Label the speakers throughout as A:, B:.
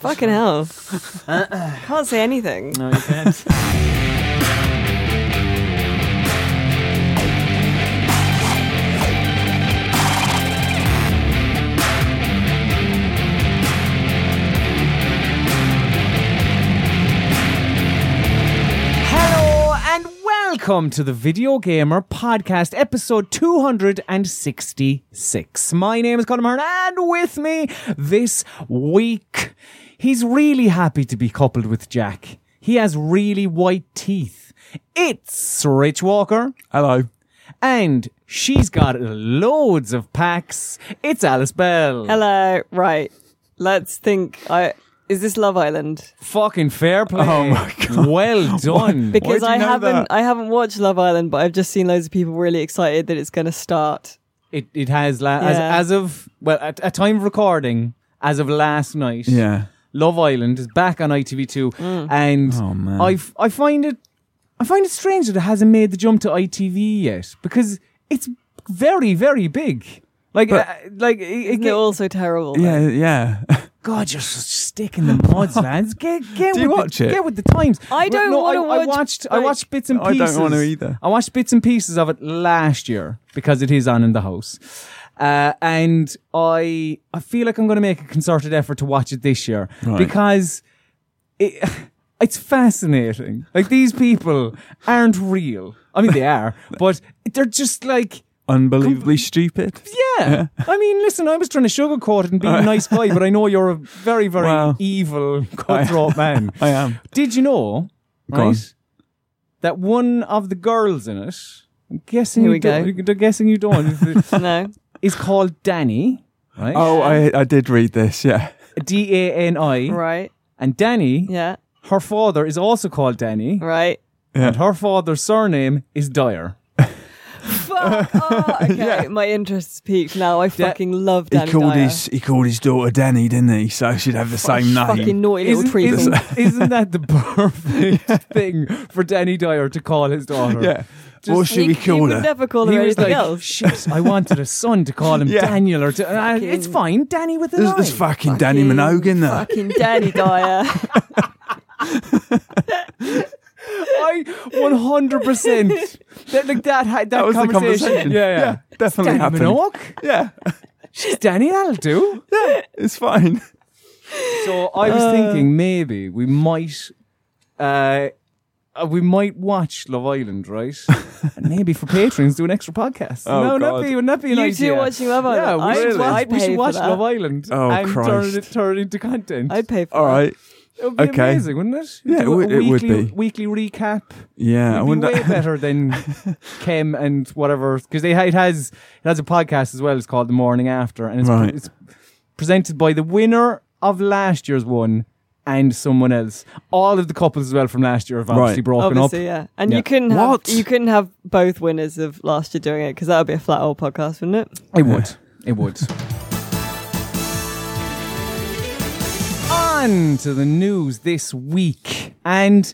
A: Fucking hell. Can't say anything.
B: No, you can't. Hello and welcome to the Video Gamer Podcast, episode 266. My name is Conor Murn, and with me this week, he's really happy to be coupled with Jack. He has really white teeth. It's Rich Walker,
C: Hello.
B: and she's got loads of packs. It's Alice Bell.
A: Hello. Right. Let's think. I is this Love Island?
B: Fucking fair play.
C: Oh my God.
B: Well done.
A: Because
C: do you
A: I
C: know
A: haven't
C: that?
A: I haven't watched Love Island, but I've just seen loads of people really excited that it's going to start.
B: It it has la- as,
A: Yeah.
B: as of well at, at time of recording as of last night.
C: Yeah.
B: Love Island is back on ITV2,
A: Mm.
B: and
C: Oh, man.
B: I f- I find it I find it strange that it hasn't made the jump to ITV yet because it's very very big. Like uh, like it, it
A: Isn't it
B: get-
A: also terrible? though?
C: Yeah, yeah.
B: God, you're so stick in the muds, lads. Get get
C: Do
B: with the,
C: you watch it?
B: Get with the times.
A: I don't
B: no, I,
A: wanna
B: I
A: watch,
B: watched I
A: like-
B: watched bits and
C: I
B: pieces.
C: don't wanna either.
B: I watched bits and pieces of it last year because it is on in the house, uh, and I I feel like I'm going to make a concerted effort to watch it this year
C: Right.
B: because it it's fascinating. Like these people aren't real. I mean, they are, but they're just like
C: Unbelievably stupid.
B: yeah. I mean, listen, I was trying to sugarcoat it and be a nice guy, but I know you're a very, very
C: Well,
B: evil, cutthroat man.
C: Um, I am.
B: Did you know,
C: Go on.
B: right, that one of the girls in it, I'm guessing,
A: Here
B: you
A: we go.
B: don't, I'm guessing you don't,
A: No.
B: is called Danny, right?
C: Oh, I I did read this. Yeah.
B: D-A-N-I.
A: Right.
B: And Danny,
A: Yeah.
B: her father is also called Danny,
A: Right.
B: and her father's surname is Dyer.
A: Fuck. Oh, okay. My interest's peaked now. I fucking love
C: He
A: Danny
C: called
A: Dyer.
C: his he called his daughter Danny, didn't he? So she'd have the same name.
A: fucking naughty little
B: Isn't,
A: treat.
B: isn't, isn't that the perfect thing for Danny Dyer to call his daughter?
C: yeah.
B: Just-
C: what should we call
A: would
C: her?
A: never call her
B: he was
A: anything
B: like,
A: else.
B: "Shit, I wanted a son to call him
C: Yeah.
B: Daniel or." To, uh, it's fine, Danny with an
C: There's,
B: I.
C: there's fucking Danny Minogue in there.
A: Fucking Danny Dyer.
B: I one hundred percent. That like that had that,
C: That was the
B: conversation.
C: conversation.
B: Yeah, yeah.
C: definitely
B: Danny
C: happened.
B: Minogue.
C: Yeah,
B: She's Danny. That'll do. Uh,
C: it's fine.
B: So I was thinking maybe we might, uh, uh, we might watch Love Island, right? and maybe for patrons do an extra podcast.
C: Oh,
B: no,
C: God.
B: that'd be, wouldn't that be an
A: You
B: idea?
A: two watching Love Island.
B: Yeah, we
A: I'd
B: should
A: really?
B: watch, we
A: pay
B: should
A: for
B: watch
A: that.
B: Love Island
C: Oh,
B: and turn
C: Christ.
B: it turn it into content.
A: I'd pay for
C: All
A: that.
C: right.
B: It would be
C: Okay.
B: amazing, wouldn't it?
C: Yeah,
B: Do
C: it would-
B: a
C: it would
B: weekly-
C: be.
B: Weekly recap.
C: Yeah, I
B: It'd be
C: wonder.
B: way better than Kim and whatever because they ha- it has it has a podcast as well. It's called The Morning After, and it's, pre-
C: Right.
B: it's presented by the winner of last year's one and someone else. All of the couples as well from last year have obviously
C: Right.
B: broken
A: Obviously,
B: up.
A: yeah. And
B: Yeah.
A: you couldn't have
C: What?
A: you couldn't have both winners of last year doing it because that would be a flat old podcast, wouldn't it?
B: It would. It would. On to the news this week. And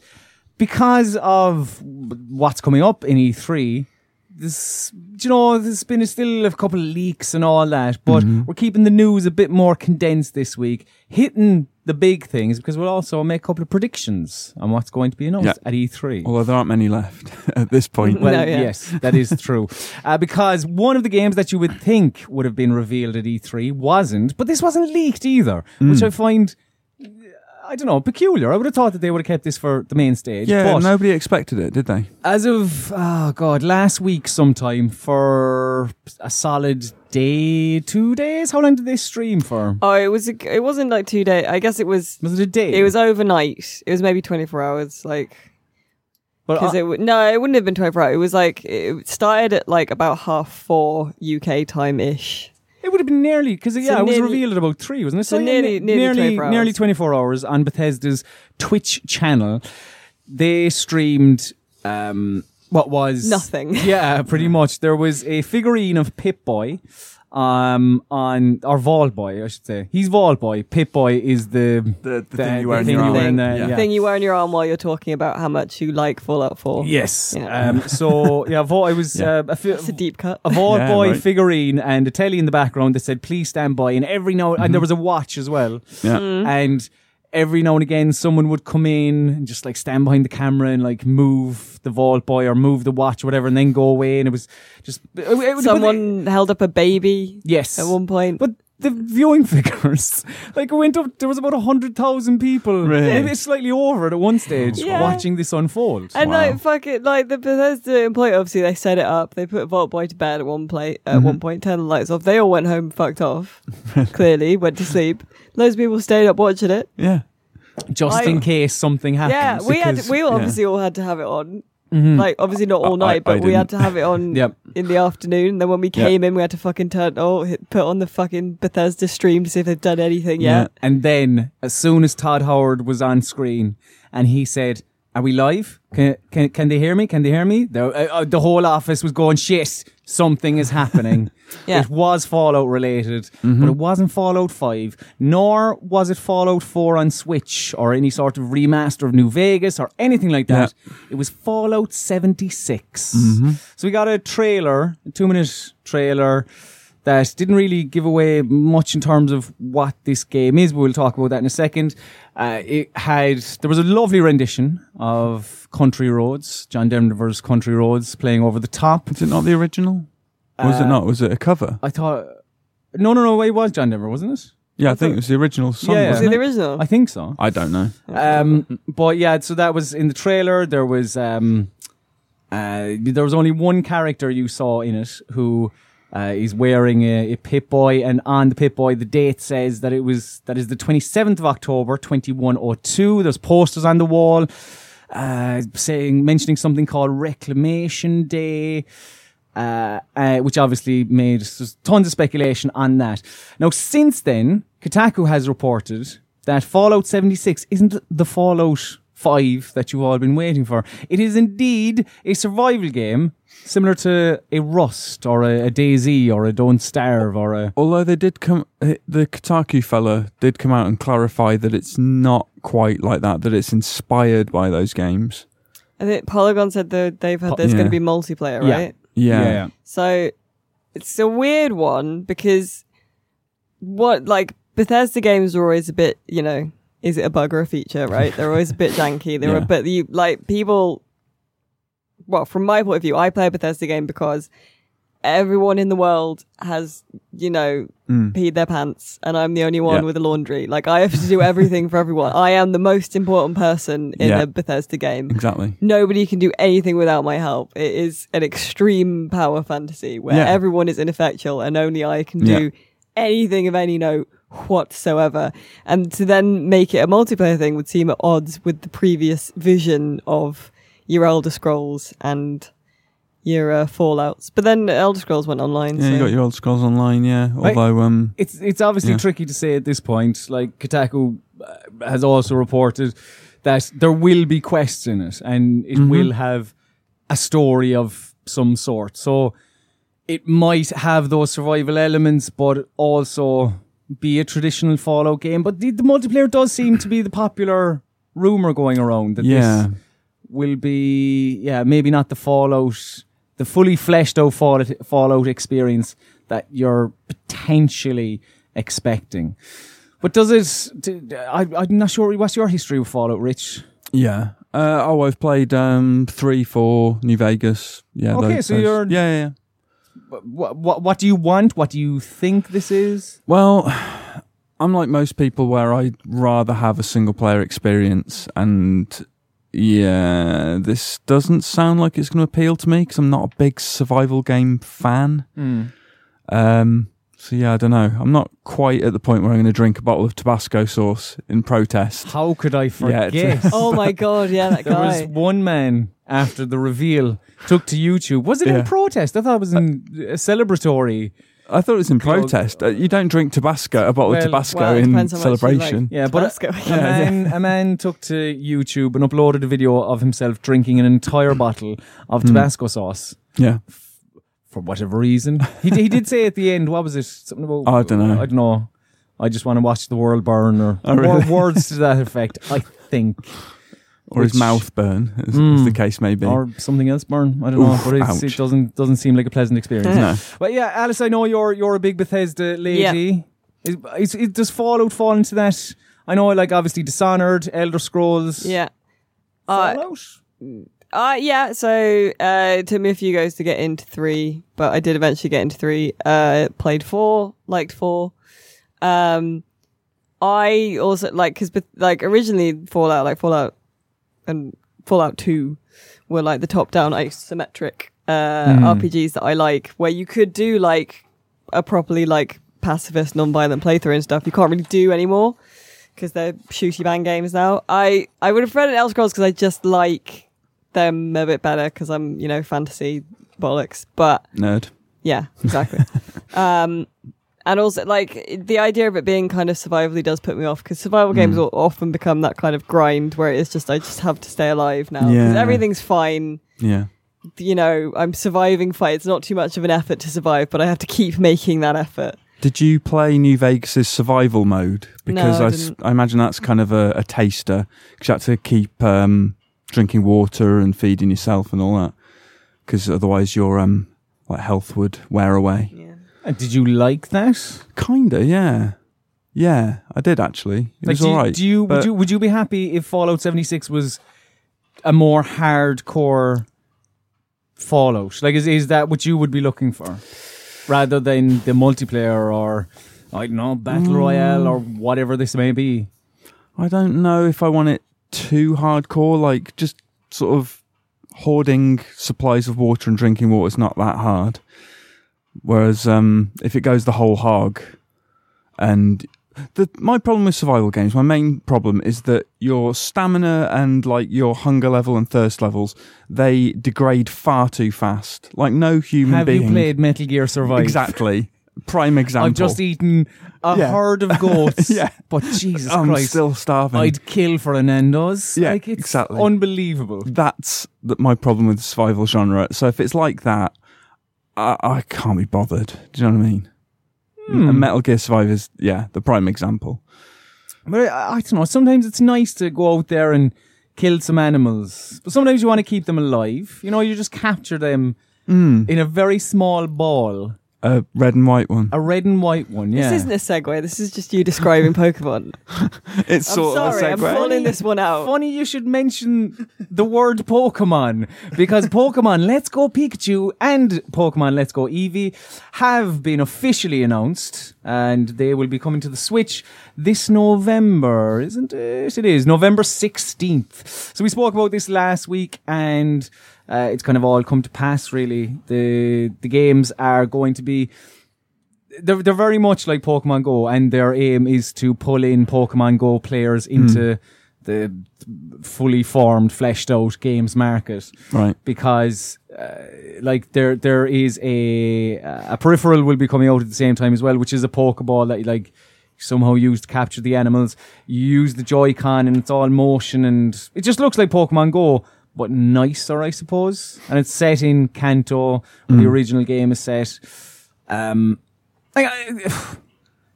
B: because of what's coming up in E3, this, you know, there's been still a couple of leaks and all that, but we're keeping the news a bit more condensed this week, hitting the big things because we'll also make a couple of predictions on what's going to be announced
C: Yeah.
B: at E E3.
C: Although there aren't many left at this point.
A: Well-
B: Well,
A: No, yeah.
B: yes, that is true. uh, because one of the games that you would think would have been revealed at E3 wasn't, but this wasn't leaked either, which
A: Hmm.
B: I find, I don't know, peculiar. I would have thought that they would have kept this for the main stage.
C: yeah,
B: but
C: nobody expected it, did they?
B: as of, oh God, last week sometime for a solid day, two days? How long did they stream for?
A: Oh, it was a, it wasn't like two days. I guess it was
B: Was it a day?
A: it was overnight. It was maybe twenty four hours, like
B: But uh,
A: because
B: I-
A: it w- no, it wouldn't have been twenty four hours. It was like it started at like about half four UK time ish.
B: It would have been nearly because yeah, it was
A: nearly-
B: revealed at about three, wasn't it?
A: so
B: yeah,
A: nearly- nearly 24 hours.
B: nearly 24 hours on Bethesda's Twitch channel. They streamed um, what was
A: Nothing.
B: Yeah, pretty much. There was a figurine of Pip Boy, um, on or Vol Boy, I should say. He's Vol Boy. Pip Boy is the
C: The, the,
B: The-
C: thing
B: the
C: you wear in
B: thing
C: your
B: you
C: arm.
B: wear in there, yeah.
A: Thing you wear on your arm while you're talking about how much you like Fallout Four.
B: yes.
A: Yeah.
B: Um, so yeah, Vol. I was
C: Yeah.
B: uh, a few,
A: It's a deep cut.
B: a ball
C: Yeah,
B: boy
C: right.
B: figurine and a
A: Hmm. Mm.
B: telly in the background that said "Please stand by." And every now and there was a watch as well.
C: Mm-hmm. Yeah.
B: And every now and again someone would come in and just like stand behind the camera and like move the vault boy or move the watch or whatever and then go away and it was just it- it- but-
A: Someone held up a baby
B: yes
A: at one point.
B: but the viewing figures like went up there was about 100,000 people
C: Really?
B: maybe slightly over it at one stage
A: Yeah.
B: watching this unfold
A: and
C: Wow.
A: like fuck it, like the Bethesda employee, obviously they set it up. They put Vault Boy to bed at one play at
C: Mm-hmm.
A: one point, turned the lights off. They all went home, fucked off. clearly, went to sleep. Loads of people stayed up watching it.
C: Yeah.
B: just
A: I-
B: in case something
C: Ah,
A: Yeah,
B: happens
A: we had
C: because-
A: we all
C: yeah. Mm-hmm.
A: obviously all had to have it on. Like obviously not all
C: I- I-
A: night,
C: I
A: but we had to
C: didn't.
A: have it on
B: Yep.
A: in the afternoon. And then when we
C: Yeah.
A: came in, we had to fucking turn oh hit, put on the fucking Bethesda stream to see if they've done anything yet.
B: And then, as soon as Todd Howard was on screen and he said, Are we live? Can, can, can they hear me? Can they hear me? The, uh, uh, the whole office was going, Shit, something is happening.
A: Yeah.
B: It was Fallout related, but it wasn't Fallout 5, nor was it Fallout 4 on Switch or any sort of remaster of New Vegas or anything like that. It was Fallout 76. So we got a trailer, a two minute trailer that didn't really give away much in terms of what this game is, but we'll talk about that in a second. Uh, it had there was a lovely rendition of Country Roads, John Denver's Country Roads, playing over the top.
C: Is it not the original? Was
A: Uh,
C: it not? Was it a cover?
B: I thought, no, no, no, it was John Denver, wasn't it?
C: Yeah, I think it was the original song.
B: Yeah.
A: Was
C: wasn't
A: it
C: it?
A: the original?
B: I think so.
C: I don't know.
B: Um, but yeah, so that was in the trailer. There was um, uh, there was only one character you saw in it who uh, is wearing a, a Pip Boy, and on the Pip Boy, the date says that it was that is the twenty seventh of October, twenty one oh two. There's posters on the wall uh, saying mentioning something called Reclamation Day. Uh, uh, which obviously made there's tons of speculation on that. Now, since then, Kotaku has reported that Fallout 76 isn't the Fallout 5 that you've all been waiting for. It is indeed a survival game similar to a Rust or a, a DayZ or a Don't Starve or a.
C: Although they did come, uh, the Kotaku fella did come out and clarify that it's not quite like that. That it's inspired by those games.
A: I think Polygon said that they've had there's going
C: yeah.
A: to be multiplayer,
B: Yeah.
A: right?
C: Yeah.
A: So it's a weird one because what like Bethesda games are always a bit, you know, is it a bug or a feature, right? They're always a bit janky. They're
C: Yeah.
A: a bit you like people well, from my point of view, I play a Bethesda game because everyone in the world has, you know, peed their pants and I'm the only one
C: Mm. Yeah.
A: with a laundry. Like I have to do everything for everyone. I am the most important person in
C: Yeah.
A: a Bethesda game
C: Exactly.
A: nobody can do anything without my help. It is an extreme power fantasy where
C: Yeah.
A: everyone is ineffectual and only I can
C: Yeah.
A: do anything of any note whatsoever. And to then make it a multiplayer thing would seem at odds with the previous vision of your Elder Scrolls and your uh, Fallouts. But then Elder Scrolls went online.
C: Yeah,
A: so.
C: you got your old scrolls online. Yeah.
B: Right.
C: Although, um,
B: It's it's obviously
C: Yeah.
B: tricky to say at this point. Like Kotaku uh, has also reported that there will be quests in it, and it
C: Mm-hmm.
B: will have a story of some sort. So it might have those survival elements, but also be a traditional Fallout game. But the, the multiplayer does seem to be the popular rumor going around that
C: yeah,
B: this will be yeah maybe not the fallout the fully fleshed out fallout, fallout experience that you're potentially expecting but does it d- d- I, i'm not sure what's your history with fallout rich
C: yeah. Uh, oh, I've played um three, four, New Vegas. Yeah.
B: Okay,
C: those-
B: so
C: those-
B: you're-
C: Yeah, yeah. yeah.
B: what, what, what do you want what do you think this is
C: Well, I'm like most people where I'd rather have a single player experience. And yeah, this doesn't sound like it's going to appeal to me because I'm not a big survival game fan. Um, so yeah, I don't know. I'm not quite at the point where I'm going to drink a bottle of Tabasco sauce in protest.
B: how could i
C: Yeah,
B: forget
C: it's-
A: Oh my god, yeah, that
B: there was
A: guy.
B: one man after the reveal took to youtube was it in
C: Yeah.
B: protest i thought it was in uh, celebratory
C: I thought it was in protest. Uh, you don't drink Tabasco, a bottle
B: Well,
C: of Tabasco
A: well, it
C: in
A: depends how much you like.
C: celebration.
B: Yeah, but uh,
A: Tabasco.
B: a, a man, a man took to YouTube and uploaded a video of himself drinking an entire bottle of
C: Hmm.
B: Tabasco sauce
C: Yeah.
B: for whatever reason. He, d- he did say at the end, what was it? Something about
C: I dunno.
B: I don't know. I just want to watch the world burn or
C: Oh,
B: wor-
C: really?
B: words to that effect. I think
C: Or his
B: Which-
C: mouth burn, as, as
A: Mm.
C: the case may be.
B: or something else burn. I don't
C: Oof,
B: know, but it's, it
C: ouch.
B: doesn't doesn't seem like a pleasant experience.
C: no.
B: But yeah, Alice, I know you're you're a big Bethesda lady. Is, is, is, does Fallout fall into that? I know, like obviously Dishonored, Elder Scrolls,
A: Yeah. Uh,
B: Fallout.
A: uh, yeah, so uh, it took me a few goes to get into three, but I did eventually get into three. Uh, played four, liked four. Um, I also like because like originally Fallout, like Fallout and Fallout Two were like the top-down isometric uh, RPGs that I like, where you could do like a properly like pacifist, non-violent playthrough and stuff. You can't really do anymore because they're shooty bang games now. I I would have read Elder Scrolls because I just like them a bit better because I'm you know fantasy bollocks, but
C: Nerd.
A: yeah, exactly. um, and also, like the idea of it being kind of survivally does put me off because survival
C: Mm.
A: games will often become that kind of grind where it's just I just have to stay alive now because
C: Yeah.
A: everything's fine.
C: Yeah.
A: You know, I'm surviving fight. It's not too much of an effort to survive, but I have to keep making that effort.
C: Did you play New Vegas's survival mode? Because
A: No, I
C: I, s-
A: didn't.
C: I imagine that's kind of a, a taster because you had to keep um, drinking water and feeding yourself and all that. Because otherwise, your um, like health would wear away.
A: Yeah.
B: And Uh, Did you like that?
C: Kinda, yeah, yeah. I did actually. It
B: like,
C: was
B: do you,
C: all right.
B: Do you would
C: but-
B: you would you be happy if Fallout seventy six was a more hardcore Fallout? Like, is is that what you would be looking for, rather than the multiplayer or I don't know
C: Mm.
B: battle royale or whatever this may be?
C: I don't know if I want it too hardcore. Like just sort of hoarding supplies of water and drinking water is not that hard. Whereas um, if it goes the whole hog, and the my problem with survival games, my main problem is that your stamina and like your hunger level and thirst levels they degrade far too fast. Like no human
B: Have
C: being.
B: you played Metal Gear Survive?
C: exactly? Prime example.
B: I've just eaten a
C: Yeah.
B: herd of goats.
C: Yeah.
B: But Jesus
C: I'm
B: Christ,
C: still starving.
B: I'd kill for a Nando's.
C: Yeah,
B: like, it's
C: exactly.
B: Unbelievable.
C: that's th my problem with the survival genre. So if it's like that, I, I can't be bothered. Do you know what I mean? And Metal Gear Survive is, yeah, the prime example.
B: But I, I don't know. Sometimes it's nice to go out there and kill some animals, but sometimes you want to keep them alive. You know, you just capture them
A: Mm.
B: in a very small ball,
C: A red and white one.
B: a red and white one. Yeah,
A: This isn't a segue. This is just you describing Pokemon.
C: It's
A: I'm
C: sort
A: sorry, I'm
C: of a segue.
A: calling this one out.
B: Funny you should mention the word Pokemon because Pokemon Let's Go Pikachu and Pokemon Let's Go Eevee have been officially announced and they will be coming to the Switch this November, isn't it? It is November 16th. So we spoke about this last week and uh, it's kind of all come to pass really. The the games are going to be they're, they're very much like Pokemon Go, and their aim is to pull in Pokemon Go players into the fully formed, fleshed out games market
C: Right.
B: because uh, like there there is a a peripheral will be coming out at the same time as well, which is a Pokeball that you like somehow use to capture the animals. You use the Joy-Con and it's all motion and it just looks like Pokemon Go. But nicer, I suppose, and it's set in Kanto. Where The original game is set. Um, like, I,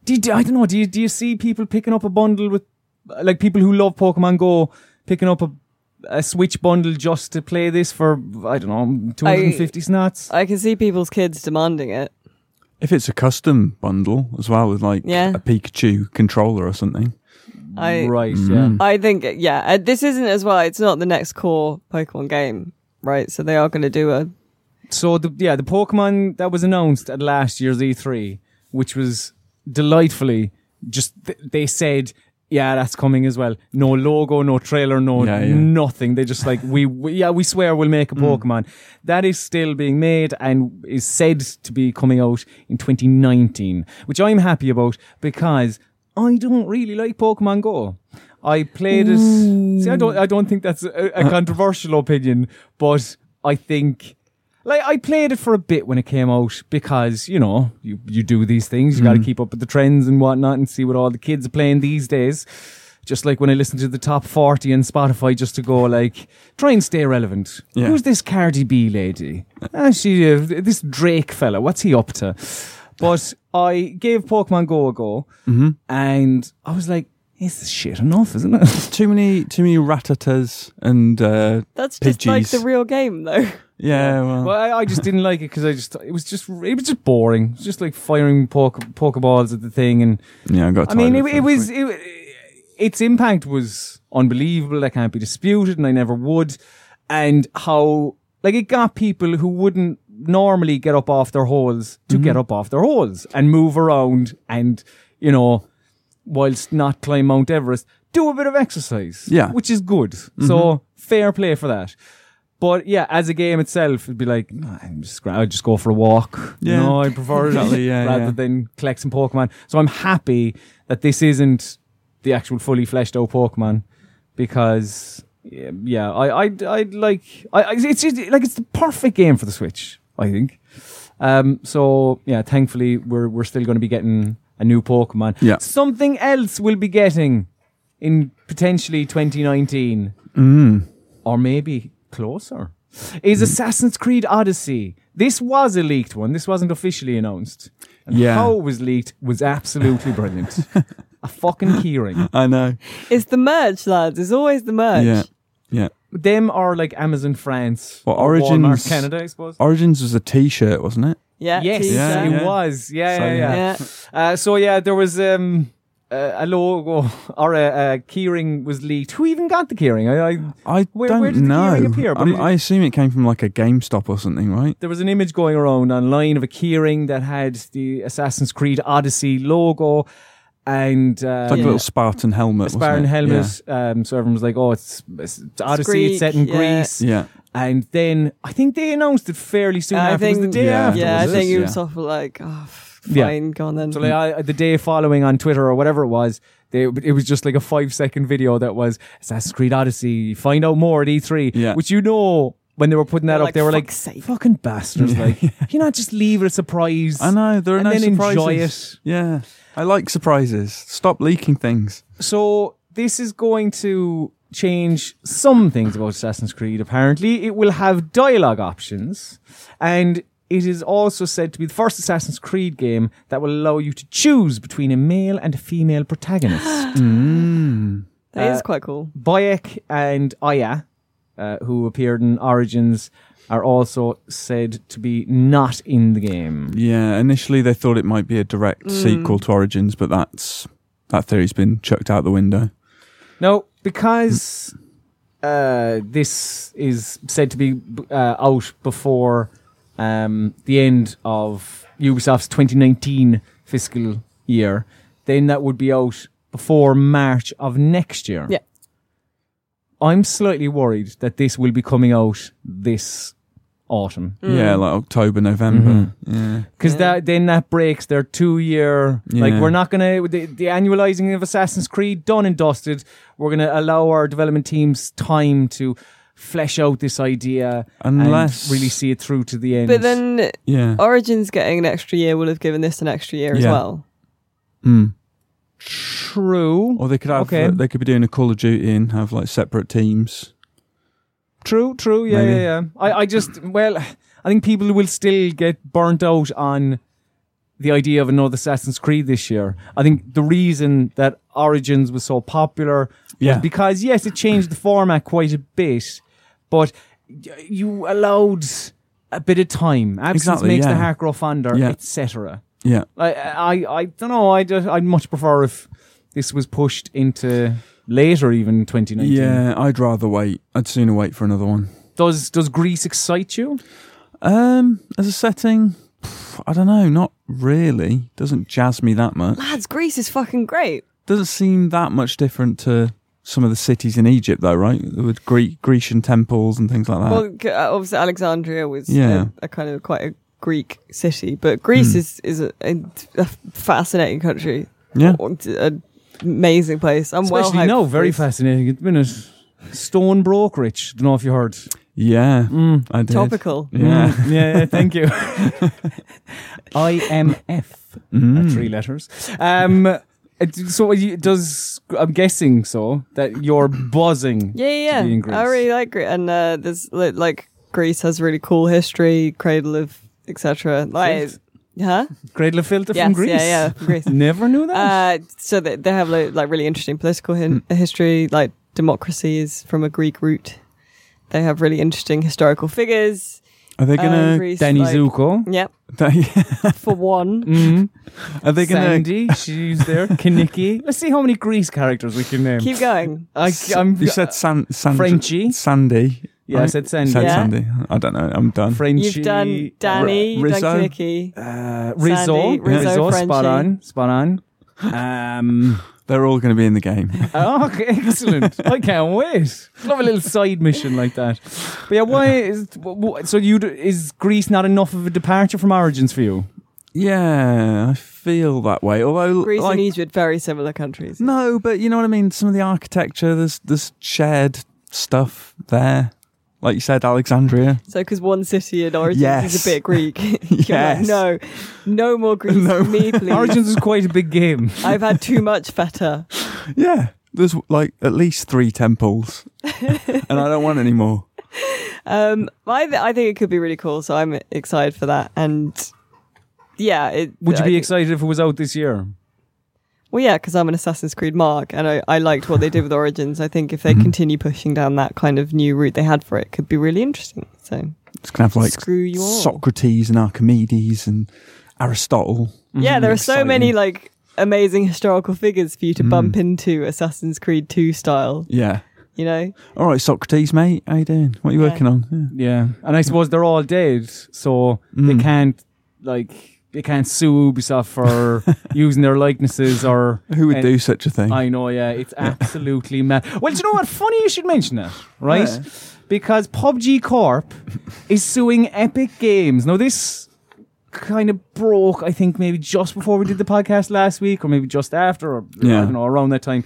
B: do you, do- I don't know. Do you do you see people picking up a bundle with like people who love Pokemon Go picking up a a Switch bundle just to play this for I don't know two hundred and fifty snots?
A: I can see people's kids demanding it.
C: If it's a custom bundle as well with like
A: Yeah.
C: a Pikachu controller or something.
A: I
B: right, yeah.
A: I think, yeah, uh, this isn't as well. It's not the next core Pokemon game, right? So they are going to do a.
B: So the yeah the Pokemon that was announced at last year's E three, which was delightfully just th- they said. Yeah, that's coming as well. No logo, no trailer, no
C: Yeah, Mm. yeah.
B: nothing. They just like we, we yeah we swear we'll make a Pokemon that is still being made and is said to be coming out in 2019, which I'm happy about because I don't really like Pokemon Go. I played it. See, I don't. I don't think that's a,
C: Uh,
B: a controversial opinion, but I think. Like I played it for a bit when it came out because you know you you do these things you got to keep up with the trends and whatnot and see what all the kids are playing these days. Just like when I listen to the top forty on Spotify, just to go like try and stay relevant.
C: Yeah.
B: Who's this Cardi B lady? Ah, she uh, this Drake fella. What's he up to? But I gave Pokemon Go a go, and I was like, "This is shit enough, isn't it?"
C: Too many, too many ratatas and uh,
A: That's just like
C: Pidgeys.
A: the real game, though.
C: yeah, well,
B: Well, I, I just didn't like it because I just it was just it was just boring. It was just like firing poke, pokeballs at the thing, and
C: yeah. I got.
B: I mean,
C: tired
B: it,
C: of
B: it was it, its impact was unbelievable. That can't be disputed, and I never would. And how like it got people who wouldn't normally get up off their holes to
C: Mm-hmm.
B: get up off their holes and move around and you know whilst not climb Mount Everest, do a bit of exercise.
C: Yeah. Mm-hmm.
B: Which is good. So fair play for that. But yeah, as a game itself, it'd be like, "Nah, I'm just, gra- I'd just go for a walk.
C: Yeah.
B: You know, I prefer it
C: Exactly, Oh, yeah,
B: rather
C: yeah.
B: than collect some Pokemon. So I'm happy that this isn't the actual fully fleshed out Pokemon because, yeah, yeah I, I'd, I'd like, I, I- it's just, like, it's the perfect game for the Switch, I think. Um, so yeah, thankfully we're, we're still going to be getting a new Pokemon.
C: Yeah.
B: Something else we'll be getting in potentially 2019
C: Hmm.
B: or maybe closer,
C: Mm-hmm.
B: is Assassin's Creed Odyssey. This was a leaked one. This wasn't officially announced. And
C: Yeah.
B: How it was leaked was absolutely brilliant. a fucking keyring.
C: I know.
A: It's the merch, lads. It's always the merch.
C: Yeah. Yeah.
B: Them are like Amazon France.
C: Well,
B: or Walmart
C: Origins-
B: Canada, I suppose.
C: Origins was a T-shirt, wasn't it?
A: Yeah,
B: yes,
A: t-shirt.
C: Yeah,
B: it
C: yeah.
B: was. Yeah,
C: So,
B: yeah, yeah.
A: Yeah.
B: Uh, so yeah, there was um, a, a logo or a, a keyring was leaked. Who even got the keyring? I, I
C: I
B: Where-
C: don't
B: where did the
C: know.
B: keyring appear? But
C: Um,
B: it-
C: I assume it came from like a GameStop or something, right?
B: there was an image going around online of a keyring that had the Assassin's Creed Odyssey logo and uh,
C: It's like
A: Yeah.
C: a little Spartan helmet. wasn't
B: Spartan
C: it?
B: helmet. Um, so everyone was like, "Oh, it's, it's, it's Odyssey.
A: Greek,
B: it's set in
A: yeah.
B: Greece."
C: Yeah. yeah.
B: And then I think they announced it fairly soon
A: I
B: after. it was
A: think,
B: the day
C: Yeah.
B: after.
A: yeah, I
C: was it?
A: think
C: Yeah.
A: Ubisoft were like, oh, f-
B: Yeah.
A: fine, go on then.
B: So like, I, the day following on Twitter or whatever it was, they, it was just like a five second video that was Assassin's Creed Odyssey. Find out more at E3,
C: Yeah.
B: which you know when they were putting that
A: They're
B: up,
A: like,
B: they were like,
A: "Fuck's sake."
B: "Fucking bastards!" Like, can you not just leave it a surprise?
C: I know there are
B: And
C: no
B: then
C: surprises.
B: enjoy
C: Yeah, I like surprises. Stop leaking things.
B: So this is going to change some things about Assassin's Creed. Apparently, it will have dialogue options, and it is also said to be the first Assassin's Creed game that will allow you to choose between a male and a female protagonist.
A: that
B: uh,
A: is quite cool.
B: Bayek and Aya, uh, who appeared in Origins, are also said to be not in the game.
C: Yeah, initially they thought it might be a direct
B: Mm.
C: sequel to Origins, but that's that theory's been chucked out the window.
B: Now, because uh, this is said to be uh, out before um, the end of Ubisoft's 2019 fiscal year, then that would be out before March of next year.
A: Yeah.
B: I'm slightly worried that this will be coming out this autumn.
C: Yeah, like October, November. Yeah,
B: because
A: Yeah.
B: that then that breaks their two year. Like
C: Yeah.
B: we're not gonna the, the annualizing of Assassin's Creed done and dusted. We're gonna allow our development teams time to flesh out this idea
C: Unless-
B: and really Oh, see it through to the end.
A: But then
C: yeah.
A: Origins getting an extra year will have given this an extra year as
C: Yeah.
A: well.
C: Mm.
B: true,
C: Or they could have
B: Okay.
C: they could be doing a Call of Duty and have like separate teams.
B: true, true. Yeah,
C: Maybe.
B: yeah, yeah. I, I just well, I think people will still get burnt out on the idea of another Assassin's Creed this year. I think the reason that Origins was so popular
C: Yeah.
B: was because yes, it changed the format quite a bit, but y- you allowed a bit of time. Absence
C: Exactly,
B: makes the
C: yeah.
B: heart grow fonder,
C: Yeah.
B: etc.
C: Yeah,
B: I, I, I don't know. I just, I'd much prefer if this was pushed into later, even 2019.
C: yeah. I'd rather wait. I'd sooner wait for another one.
B: Does does Greece excite you?
C: Um, as a setting, pff, I don't know. Not really. Doesn't jazz me that much.
A: Lads, Greece is fucking great.
C: Doesn't seem that much different to some of the cities in Egypt, though, right? With Greek Grecian temples and things like that.
A: Well, g- uh, obviously Alexandria was a-
C: Yeah. Hmm.
A: a, kind of quite a Greek city, but Greece is is a, a, a fascinating country.
C: yeah,
A: It's an amazing place. I'm
B: Especially
A: well hyped
B: now,
A: for
B: very
A: Greece.
B: fascinating. It's been a stone broke rich. Don't know if you heard.
C: yeah.
B: Mm.
C: I did.
A: Topical.
C: Yeah.
B: Mm, yeah, yeah, thank you. IMF.
A: Hmm.
C: Mm.
B: Uh, three letters. Um, it- so you, does I'm guessing so that you're buzzing.
A: Yeah, yeah,
B: to be
A: yeah.
B: in Greece.
A: I really like Greece, and uh, there's li- like Greece has really cool history, cradle of etc. Like, huh?
B: Cradle of filter
A: Yes,
B: from Greece.
A: yeah, yeah, from Greece.
B: Never knew that.
A: Uh, so they, they have like, like really interesting political hin-
C: Hmm.
A: history. Like democracy is from a Greek root. They have really interesting historical figures.
C: Are they
A: Uh,
C: gonna?
A: Reese,
B: Danny
A: like-
B: Zuko.
A: Yep,
C: they-
A: for one.
B: Mm.
C: are they gonna?
B: Sandy, she's there. Kaniki. Let's see how many Grease characters we can name.
A: Keep going.
B: I, I'm,
C: you said San, San
B: Frenchie.
C: Sandy.
B: Yeah, I
C: right?
B: said Sandy.
C: Said
A: uh, Yeah.
C: Sandy. I don't know. I'm done.
B: Frenchie.
A: You've
C: uh,
A: done Danny,
C: Ri-
A: you've done
C: Rizzo.
A: Kinnicky.
B: Uh, Rizzo.
A: Sandy, Rizzo,
B: Spot
A: Frenchie.
B: on. Spot on. Um,
C: They're all going to be in the game.
B: oh, okay, excellent. I can't wait. Love a little side mission like that. But yeah, why is wh- wh- so? You d- is Greece not enough of a departure from Origins for you?
C: yeah, I feel that way. Although,
A: Greece
C: Uh, like,
A: and Egypt, very similar countries.
C: no, but you know what I mean. Some of the architecture, there's there's shared stuff there. Like you said, Alexandria.
A: So, because one city in Origins is
C: Yes.
A: a bit Greek. You're like,
C: Yes.
A: no, no more Greece
C: No.
A: for me, please.
B: Origins is quite a big game.
A: I've had too much feta.
C: Yeah, there's like at least three temples, and I don't want any more.
A: Um, I, th- I think it could be really cool, so I'm excited for that. And yeah, it,
B: Would you
A: I
B: be
A: think-
B: excited if it was out this year?
A: Well, yeah, because I'm an Assassin's Creed mark, and I, I liked what they did with Origins. I think if they continue pushing down that kind of new route they had for it, it could be really interesting. So
C: It's gonna have like
A: screw you all.
C: Socrates and Archimedes and Aristotle.
A: yeah, there are so
C: Exciting.
A: many like amazing historical figures for you to bump into Assassin's Creed 2 style.
C: Yeah.
A: You know,
C: All right, Socrates, mate. How you doing? What are you
A: Yeah.
C: working on? Yeah.
B: Yeah, and I suppose they're all dead, so they can't like they can't sue Ubisoft for using their likenesses or
C: Who would
B: and-
C: do such a thing?
B: I know, yeah, it's absolutely mad. Well, do you know what? Funny you should mention that, right?
C: Yeah.
B: Because PUBG Corp is suing Epic Games. Now this kind of broke, I think, maybe just before we did the podcast last week, or maybe just after, or I
C: Yeah.
B: don't know, around that time.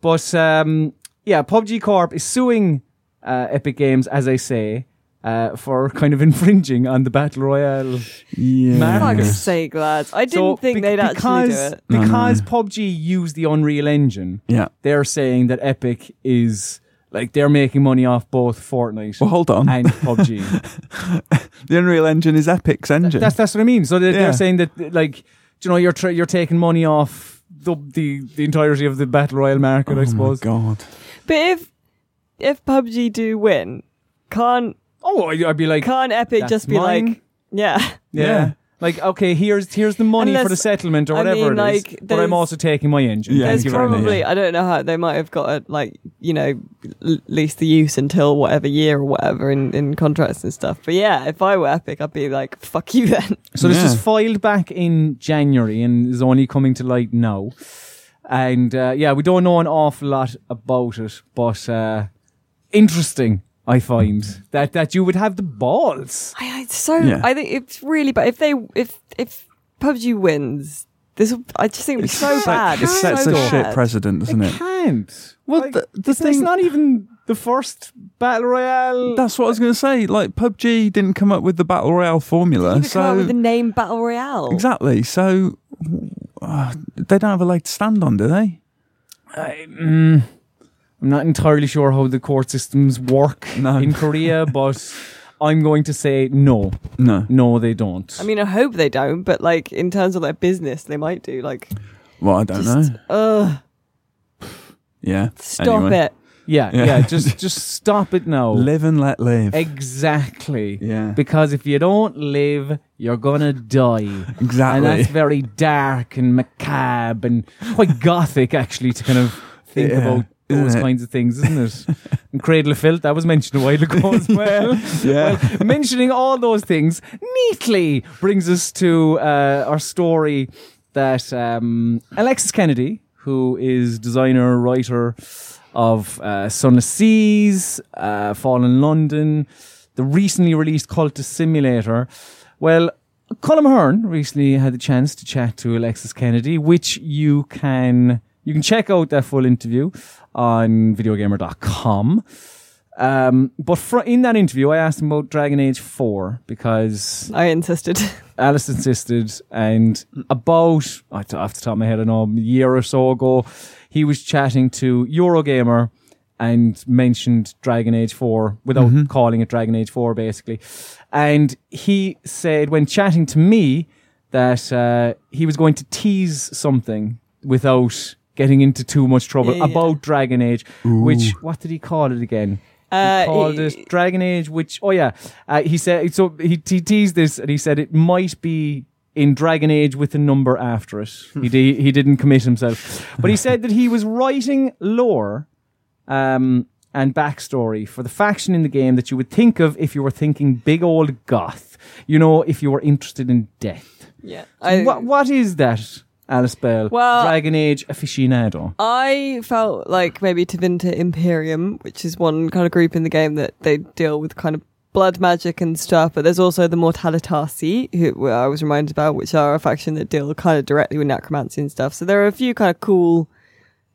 B: But um, yeah, PUBG Corp is suing uh, Epic Games, as I say, uh, for kind of infringing on the battle royale.
C: yeah.
B: Mark.
A: fuck's
B: Yes.
A: sake, lads! I didn't think
B: bec-
A: they'd actually do
B: because
A: it.
B: because PUBG used the Unreal Engine,
C: Yeah.
B: they're saying that Epic is like they're making money off both Fortnite
C: Well, hold on.
B: and PUBG.
C: The Unreal Engine is Epic's engine.
B: That's that's what I mean. So they're,
C: Yeah.
B: they're saying that like you know you're tra- you're taking money off the, the the entirety of the battle royale market, I
C: oh my
B: suppose.
C: god.
A: But if if PUBG do win, can't
B: Oh, I- I'd be like,
A: can't Epic
B: That's
A: just be
B: mine.
A: like, yeah,
B: yeah.
C: Yeah.
B: Like okay, here's here's the money for
A: Unless-
B: the settlement or
A: I
B: whatever
A: mean,
B: it is,
A: like,
B: but
A: there's-
B: I'm also taking my engine.
C: Yeah,
A: There's
B: Thank you very much.
A: probably I don't know how they might have got it like you know l- lease the use until whatever year or whatever in, in contracts and stuff. But yeah, if I were Epic, I'd be like fuck you then.
B: So this
C: Yeah.
B: was filed back in January and is only coming to light now. And uh, yeah, we don't know an awful lot about it, but uh, interesting. I find that that you would have the balls.
A: I, it's so
C: Yeah.
A: I think it's really bad. If they if if PUBG wins, this will- I just think it'll be so
C: set-
A: bad.
C: It
A: It's
C: sets
A: so
C: a
A: bad.
C: shit precedent, doesn't
B: I
C: it?
B: can't.
C: Well,
B: Like,
C: the- the
B: it's, it's
C: thing-
B: not even the first battle royale.
C: That's what I was going to say. Like PUBG didn't come up with the battle royale formula,
A: You could come up
C: so
A: with the name Battle Royale.
C: exactly. So uh, they don't have a leg to stand on, do they?
B: I, mm, I'm not entirely sure how the court systems work
C: No.
B: in Korea, but I'm going to say no,
C: No.
B: no, they don't.
A: I mean, I hope they don't, but like in terms of their business, they might do. Like,
C: Well, I don't
A: just,
C: know.
A: ugh,
C: Yeah.
A: stop
C: Anyway.
A: it.
B: Yeah, yeah.
C: Yeah.
B: just just stop it now.
C: Live and let live.
B: exactly.
C: Yeah.
B: Because if you don't live, you're gonna die. And
C: Exactly.
B: that's very dark and macabre and quite gothic, actually, to kind of think
C: Yeah,
B: about
C: isn't
B: those
C: it?
B: kinds of things, isn't it? and Cradle of Filth, that was mentioned a while ago as well.
C: Yeah.
B: Well, mentioning all those things neatly brings us to uh, our story that um, Alexis Kennedy, who is designer, writer of uh, Sunless Seas, uh, Fallen London, the recently released Cultist Simulator. Well, Colin Hearn recently had the chance to chat to Alexis Kennedy, which you can you can check out that full interview on videogamer.com. Um, but fr- in that interview, I asked him about Dragon Age 4 because
A: I insisted.
B: Alice insisted, and about, I t- off the top of my head, I know, a year or so ago, he was chatting to Eurogamer and mentioned Dragon Age 4 without
A: Mm-hmm.
B: calling it Dragon Age 4, basically. And he said, when chatting to me, that uh, he was going to tease something without getting into too much trouble
A: Yeah, yeah.
B: about Dragon Age, which, what did he call it again?
A: Uh,
B: called
A: he-
B: it Dragon Age, which oh yeah, uh, he said so. He, he teased this and he said it might be in Dragon Age with a number after it.
A: Hmm.
B: He di- he didn't commit himself, but he said that he was writing lore, um, and backstory for the faction in the game that you would think of if you were thinking big old goth. You know, if you were interested in death.
A: yeah. I,
B: what what is that, Alice Bell?
A: Well-
B: Dragon Age aficionado.
A: I felt like maybe Tevinter Imperium, which is one kind of group in the game that they deal with kind of blood magic and stuff, but there's also the Mortalitasi, who I was reminded about, which are a faction that deal kind of directly with necromancy and stuff. So there are a few kind of cool,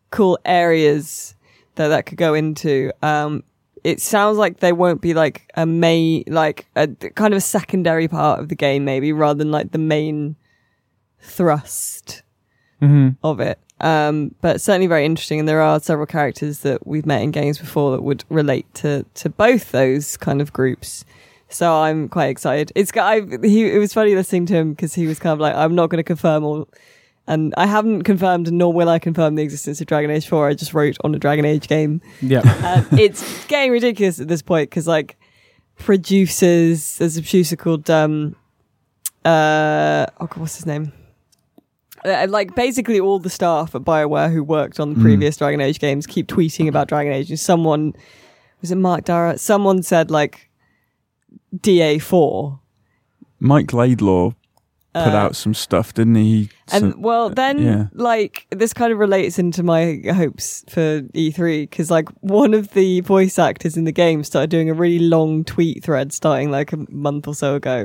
A: cool areas that that could go into. Um, it sounds like they won't be like a main, like a kind of a secondary part of the game, maybe rather than like the main thrust of it. Um, but certainly very interesting, and there are several characters that we've met in games before that would relate to to both those kind of groups. So I'm quite excited. It's got- I, he, it was funny listening to him because he was kind of like, "I'm not going to confirm all," and I haven't confirmed, nor will I confirm the existence of Dragon Age Four. I just wrote on a Dragon Age game.
B: Yeah.
A: Um, it's getting ridiculous at this point because like producers, there's a producer called um, uh, oh god, what's his name? Uh, Like basically all the staff at Bioware who worked on the
C: Hmm.
A: previous Dragon Age games keep tweeting about Dragon Age, and someone was it Mark Dara? Someone said like DA four. uh,
C: Mike Laidlaw put out some stuff, didn't he?
A: And
C: So- uh,
A: well, then
C: yeah.
A: like this kind of relates into my hopes for E3 because like one of the voice actors in the game started doing a really long tweet thread starting like a month or so ago,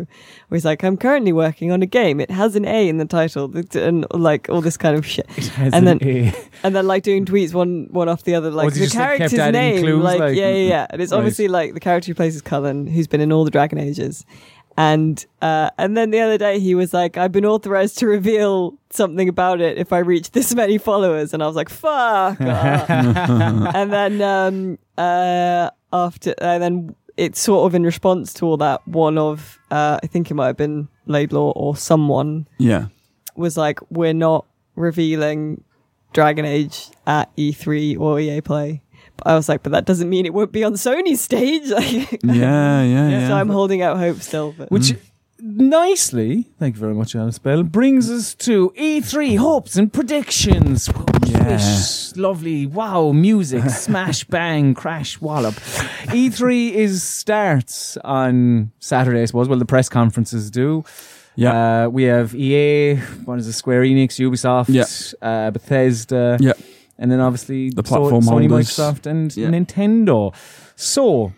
A: where he's like, "I'm currently working on a game. It has an A in the title, and like all this kind of shit."
B: Has
A: And
B: an
A: then-
B: A.
A: and then like doing tweets one one off the other, like
B: did you
A: the
B: just, like, kept
A: character's
B: adding
A: name,
B: clues,
A: like,
B: like-
A: yeah, yeah, yeah. And it's
B: Right.
A: obviously like the character who plays is Cullen, who's been in all the Dragon Ages, and uh, and then the other day he was like, I've been authorized to reveal something about it if I reach this many followers, and I was like, fuck. off. and then um, uh, after and then it's sort of in response to all that one of uh, I think it might have been Laidlaw or someone
C: yeah.
A: was like, we're not revealing Dragon Age at E3 or EA Play. But I was like, but that doesn't mean it won't be on Sony's stage. Like,
C: Yeah, yeah, yeah.
A: so I'm holding out hope still. But
B: Which
C: Mm.
B: nicely, thank you very much, Alice Bell, brings us to E3 hopes and predictions.
C: Yeah.
B: Swish, lovely, wow, music, smash, bang, crash, wallop. E3 is starts on Saturday, I suppose. Well, the press conferences do.
C: yeah.
B: Uh, we have EA, what is it, Square Enix, Ubisoft,
C: Yeah.
B: uh, Bethesda.
C: Yeah.
B: And then obviously
C: The
B: So-
C: platform
B: Sony,
C: holders.
B: Microsoft, and
C: Yeah.
B: Nintendo. So,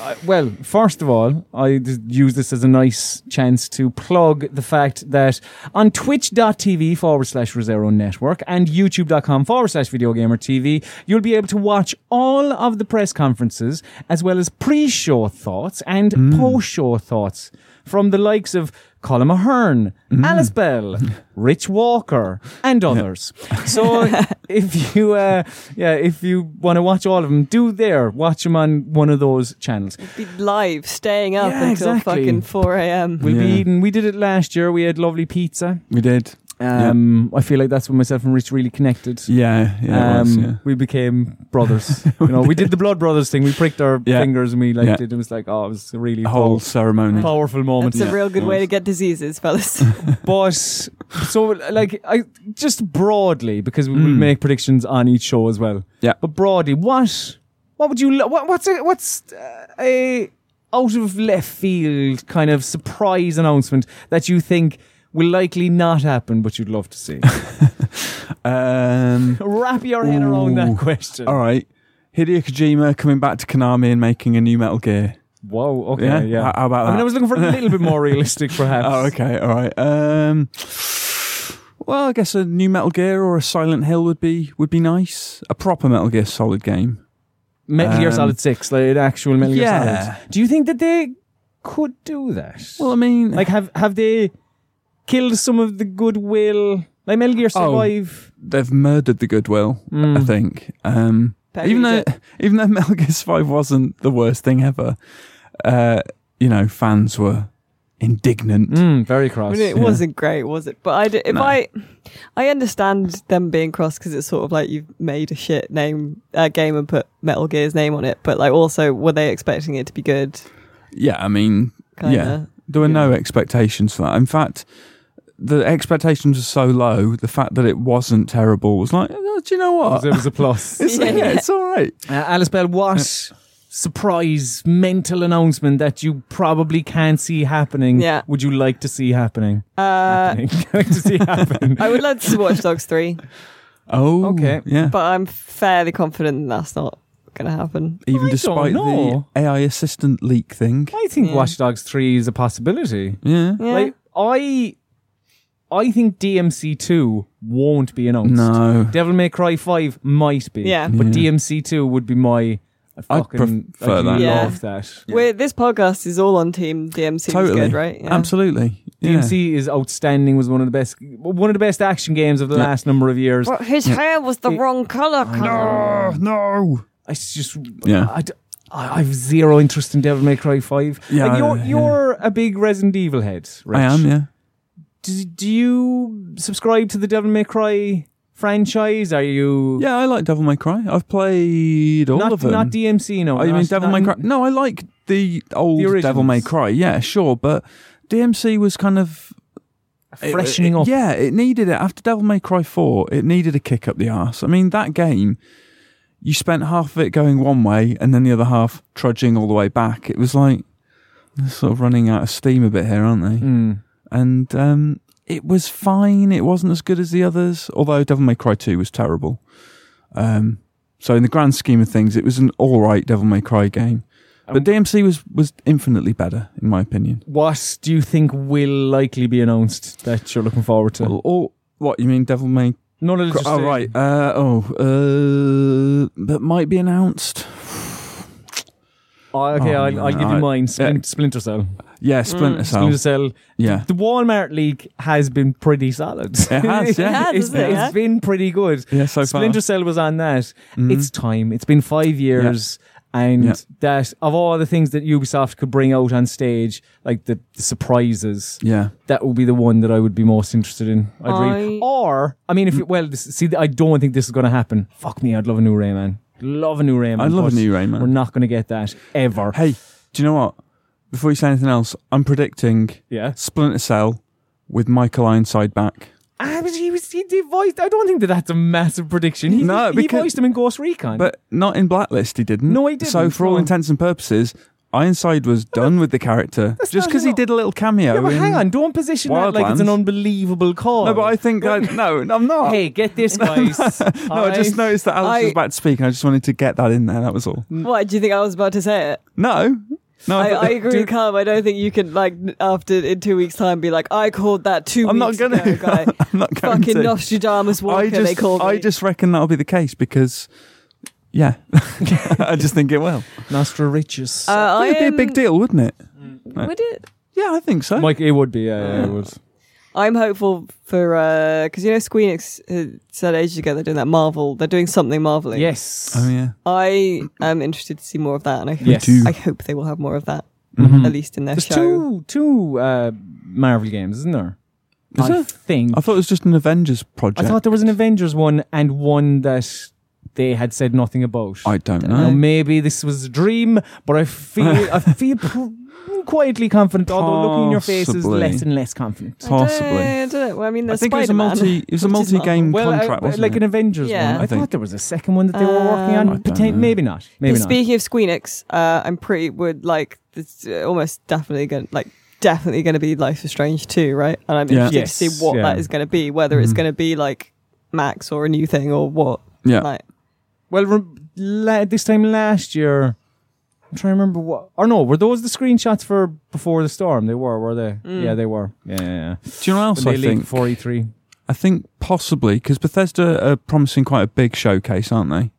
B: uh, well, first of all, I d- use this as a nice chance to plug the fact that on twitch.tv forward slash Rosero Network and youtube.com forward slash Videogamer TV, you'll be able to watch all of the press conferences as well as pre show thoughts and
C: Hmm.
B: post show thoughts from the likes of Colin Ahern,
C: Hmm.
B: Alice Bell, Rich Walker, and others. So if you, uh, yeah, if you want to watch all of them, do there. Watch them on one of those channels.
A: be live, staying up
B: Yeah,
A: until
B: exactly.
A: fucking 4 a.m.
B: We'll be
C: Yeah.
B: eating. We did it last year. We had lovely pizza.
C: we did.
B: Um, I feel like that's when myself and Rich really connected. Um,
C: Yeah, yeah. it
A: um,
C: was, yeah.
B: We became brothers. you know, we did the blood brothers thing. We pricked our
C: Yeah.
B: fingers and we like
C: Yeah.
B: did. It was like, oh, it was a really
C: A whole
B: pow-
C: ceremony.
B: powerful moment.
A: That's a
C: Yeah.
A: real good way to get diseases, fellas.
B: but so like I just broadly because we will
C: Mm.
B: make predictions on each show as well.
C: Yeah.
B: But broadly, what what would you lo- what, what's a, what's uh, a out of left field kind of surprise announcement that you think will likely not happen, but you'd love to see?
C: Um,
B: Wrap your head around
C: Ooh.
B: that question.
C: all right. Hideo Kojima coming back to Konami and making a new Metal Gear.
B: Whoa. Okay.
C: Yeah?
B: Yeah.
C: How- how about
B: I mean,
C: that?
B: I was looking for a little bit more realistic, perhaps.
C: Oh, okay. All right. Um, well, I guess a new Metal Gear or a Silent Hill would be would be nice. A proper Metal Gear Solid game.
B: Metal Gear
C: Um,
B: Solid Six, like an actual Metal Gear
C: Yeah.
B: Solid. Do you think that they could do that?
C: Well, I mean,
B: Like, have have they killed some of the goodwill? Like Metal Gear
C: Oh.
B: Survive.
C: they've murdered the goodwill.
B: Mm.
C: I
B: Hmm.
C: think. Um,
A: Buried
C: even though
A: it.
C: even though Metal Gear Five wasn't the worst thing ever, uh, you know, fans were indignant.
B: Mm, very cross.
A: I mean, it
C: Yeah.
A: wasn't great, was it? But I, d- if
C: No.
A: I, I understand them being cross because it's sort of like you've made a shit name uh, game and put Metal Gear's name on it. But like, also, were they expecting it to be good?
C: Yeah, I mean,
A: Kinda.
C: yeah, there were no expectations for that. In fact, the expectations were so low. The fact that it wasn't terrible was like, oh, do you know what?
B: It was a plus.
C: It's, yeah. it's all right.
B: Uh, Alice Bell, what surprise mental announcement that you probably can't see happening
A: Yeah.
B: would you like to see happening?
A: Uh,
B: happening. like to see happen.
A: I would love to see Watch Dogs three,
C: Oh,
B: Okay.
C: Yeah.
A: but I'm fairly confident that's not going to happen.
C: Even
B: I don't
C: despite the
B: know.
C: AI assistant leak thing.
B: I think
A: Yeah.
B: Watch Dogs 3 is a possibility.
C: Yeah.
A: Yeah.
B: Like I I think DMC 2 won't be announced.
C: No.
B: Devil May Cry 5 might be.
A: Yeah.
B: But
C: Yeah.
B: DMC 2 would be my I fucking I
C: prefer
B: love
C: that.
A: Yeah.
B: that.
A: We're, this podcast is all on Team DMC.
C: Totally.
A: Good, right? Yeah.
C: Absolutely. Yeah.
B: DMC is outstanding. Was one of the best, one of the best action games of the
C: Yeah.
B: last number of years.
A: But his hair was the wrong color.
C: Oh, no.
B: It's just,
C: Yeah.
B: I, d- I- I've zero interest in Devil May Cry Five.
C: Yeah,
B: like you're
C: yeah.
B: you're a big Resident Evil head. Rich.
C: I am, yeah.
B: Do, do you subscribe to the Devil May Cry franchise? Are you
C: Yeah, I like Devil May Cry. I've played all
B: not
C: of them.
B: not DMC? No,
C: I mean,
B: not-
C: Devil
B: not-
C: May Cry. No, I like the old
B: The
C: Devil May
B: originals.
C: Cry. Yeah, sure, but DMC was kind of it-
B: freshening
C: it-
B: up.
C: Uh, Yeah, it needed it after Devil May Cry Four. It needed a kick up the arse. I mean, that game, you spent half of it going one way and then the other half trudging all the way back. It was like they're sort of running out of steam a bit here, aren't they?
B: Mm.
C: And um, it was fine. It wasn't as good as the others, although Devil May Cry Two was terrible. Um, so in the grand scheme of things, it was an all right Devil May Cry game. But
B: Um,
C: DMC was was infinitely better, in my opinion.
B: What do you think will likely be announced that you're looking forward to?
C: Well, all what you mean, Devil May
B: no, no,
C: Cry?
B: just
C: Oh
B: uh,
C: right. Uh, oh, uh, that might be announced.
B: oh, okay,
C: Oh,
B: I'll, I'll give you
C: no,
B: mine.
C: yeah.
B: Splin- Splinter Cell.
C: Yeah, Splinter Cell.
B: Splinter Cell.
C: Yeah,
B: The Walmart league has been pretty solid.
C: it has. Yeah,
A: has,
B: It's-
A: isn't it?
B: it's been pretty good.
C: yeah. So far, Mm-hmm.
B: Splinter Cell was on that. It's time. It's been five years. And
C: Yeah.
B: that of all the things that Ubisoft could bring out on stage, like the, the surprises,
C: yeah,
B: that would be the one that I would be most interested in. I'd
A: I-
B: read. Or, I mean, if it, well, this, see, I don't think this is going to happen. Fuck me, I'd love a new Rayman. Love a new Rayman.
C: I'd love a
B: but
C: new Rayman.
B: We're not going to get that ever.
C: Hey, do you know what? Before you say anything else, I'm predicting
B: Yeah.
C: Splinter Cell with Michael Ironside back.
B: Ah, but he was he did voice. I don't think that that's a massive prediction. He,
C: No,
B: he
C: because-
B: voiced him in Ghost Recon.
C: But not in Blacklist, he didn't.
B: No, he didn't,
C: So, for
B: no.
C: all intents and purposes, Ironside was done with the character just
B: not
C: because he
B: enough.
C: did a little cameo.
B: yeah, but
C: in-
B: hang on, don't position that like it's an
C: Wildlands.
B: unbelievable call.
C: No, but I think that, no, I'm not.
B: hey, get this, guys.
C: no, I just noticed that Alex
A: I-
C: was about to speak, and I just wanted to get that in there. That was all.
A: What do you think I was about to say? It.
C: No, no,
A: I,
C: thought-
A: I agree, with Calm. I don't think you can like n- after in two weeks' time be like, I called that 2
C: I'm not
A: weeks
C: gonna.
A: ago, guy.
C: I'm not going
A: Fucking
C: to.
A: Nostradamus Walker,
C: I
A: they
C: just,
A: called
C: I
A: me.
C: just reckon that'll be the case because, yeah, I just think it will.
B: Nostra Riches.
A: Uh, I
C: It'd be a
A: am-
C: big deal, wouldn't it?
A: Would it?
C: Yeah, I think so.
B: Mike, it would be. Yeah, yeah, it would.
A: I'm hopeful for because you know Squeenix uh, said ages ago they're doing that Marvel. They're doing something Marveling.
B: Yes.
C: oh yeah,
A: I am interested to see more of that, and I hope,
B: Yes. too. Hmm.
A: I hope they will have more of that
B: Mm-hmm.
C: mm-hmm.
A: at least in their
B: There's
A: show.
B: two two uh, Marvel games, isn't there?
C: Is
B: I
C: there?
B: think.
C: I thought it was just an Avengers
B: I
C: project.
B: thought there was an Avengers one and one that they had said nothing about.
C: I don't
A: Don't
C: know.
B: Now, maybe this was a dream, but I feel I feel pr- quietly confident. Although looking in your face is
C: Possibly.
B: less and less confident.
A: I
C: Possibly.
A: don't- I, don't know. Well, I mean,
C: I
A: there's
C: think it was a
A: Spider-Man,
C: multi. It was a
A: which is
C: multi-game
B: Well, I-
C: contract, wasn't
B: like
C: it?
B: an Avengers
A: Yeah.
B: one. I,
C: I
B: thought
C: think.
B: there was a second one that they were working
A: Um,
C: I
B: on.
C: don't
B: Poten-
C: know.
B: maybe not. Maybe
A: But
B: not.
A: Speaking of Squeenix, uh, I'm pretty would like it's uh, almost definitely going to like definitely going to be Life is Strange too, right? And I'm
C: Yeah.
A: interested to
B: Yes,
A: see what
B: yeah. Mm-hmm.
A: that is going to be, whether it's going to be like Max or a new thing or what.
C: Yeah.
A: Like,
B: Well, rem- la- this time last year, I'm trying to remember what. Or no, were those the screenshots for before the storm? They were, were they?
C: Mm.
B: Yeah, they were. Yeah, yeah. yeah.
C: Do you know what else
B: When
C: I
B: they e- leaked
C: think?
B: before E3.
C: I think possibly because Bethesda are promising quite a big showcase, aren't they?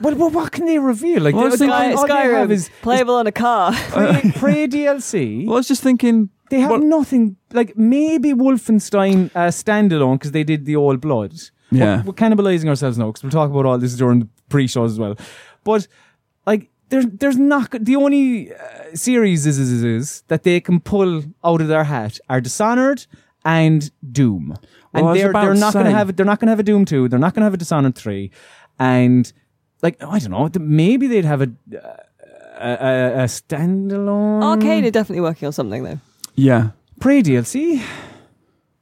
B: Well, well, what can they reveal? Like,
C: Well, I
B: they,
C: was thinking-
A: Sky,
B: all, all they have
A: Skyrim
B: is
A: is playable on a car.
B: pre, pre DLC.
C: Well, I was just thinking.
B: They have
C: what-
B: nothing. Like maybe Wolfenstein uh, standalone because they did the All Blood.
C: Yeah.
B: We're, we're cannibalizing ourselves now because we'll talk about all this during the pre-shows as well. But like there's there's not go- the only uh, series is, is, is, is that they can pull out of their hat are Dishonored and Doom,
C: Well, I
B: and
C: was
B: they're
C: about
B: they're
C: to
B: not going to
C: say.
B: have they're not going to have a Doom two, they're not going to have a Dishonored three, and like I don't know, th- maybe they'd have a uh, a, a, a standalone
A: Arcane are definitely working on something though.
C: Yeah.
B: Prey DLC.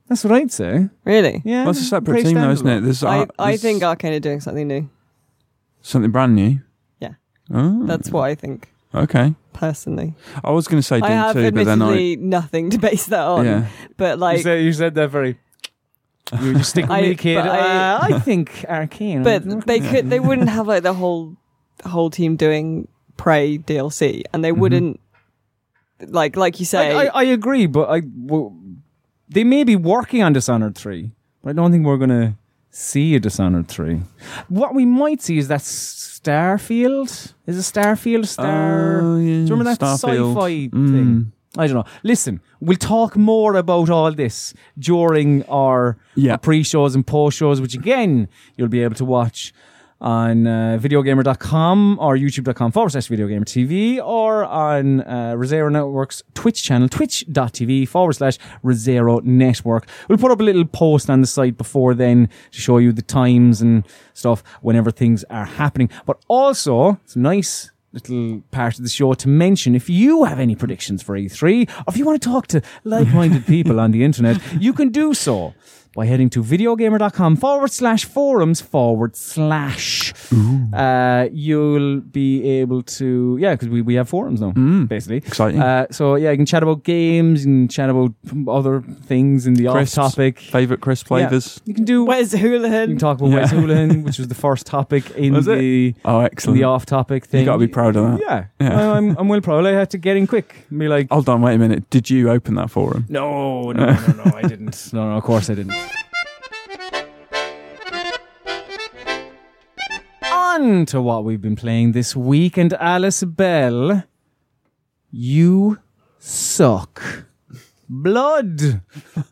B: That's what I'd say.
A: Really?
B: Yeah,
C: That's a separate
B: Prey
C: team, though,
B: standalone.
C: isn't it? There's,
A: I,
C: uh,
A: I
C: there's
A: think Arcane are doing something new.
C: something brand new.
A: Yeah.
C: Oh,
A: That's what I think
C: okay.
A: personally.
C: I was going to say
A: I
C: Doom
A: have
C: too, but then I
A: admittedly nothing to base that on.
C: yeah.
A: But like,
B: you, said, you said that very. You just stick with
A: I-
B: me, kid.
A: but I-
B: Uh, I think Arcane.
A: but they could they wouldn't have like the whole whole team doing Prey DLC, and they wouldn't like like you say.
B: I, I, I agree, but I well, they may be working on Dishonored three, but I don't think we're gonna see a Dishonored three. What we might see is that Starfield is a Starfield Star.
C: Oh, yeah,
B: Do you remember that
C: Starfield.
B: sci-fi
C: Mm.
B: thing? I don't know. Listen, we'll talk more about all this during our
C: Yeah.
B: pre-shows and post-shows, which again you'll be able to watch on uh, videogamer.com or youtube.com forward slash videogamer TV or on uh, Rosero Network's Twitch channel, twitch.tv forward slash Rosero Network. We'll put up a little post on the site before then to show you the times and stuff whenever things are happening. But also, it's a nice little part of the show to mention if you have any predictions for E3 or if you want to talk to like-minded people on the internet, you can do so by heading to videogamer.com forward slash forums forward slash. Uh, you'll be able to, yeah, because we, we have forums
C: Mm.
B: now, basically.
C: Exciting.
B: Uh, so, yeah, you can chat about games and chat about other things in the
C: Crisps.
B: off topic.
C: Favorite crisp flavors.
B: You can do.
A: where's
B: you can
A: Houlihan?
B: talk about Wes Houlihan, which was the first topic in
C: Was it?
B: the
C: Oh,
B: in
C: excellent.
B: the off topic thing.
C: you got to be proud of that.
B: Yeah,
C: Yeah.
B: I, I'm, I'm well proud. I had to get in quick and be like,
C: Hold on, wait a minute. Did you open that for him?
B: no, no, no, no, I didn't. No, no, of course I didn't. On to what we've been playing this week, and Alice Bell, you suck. Blood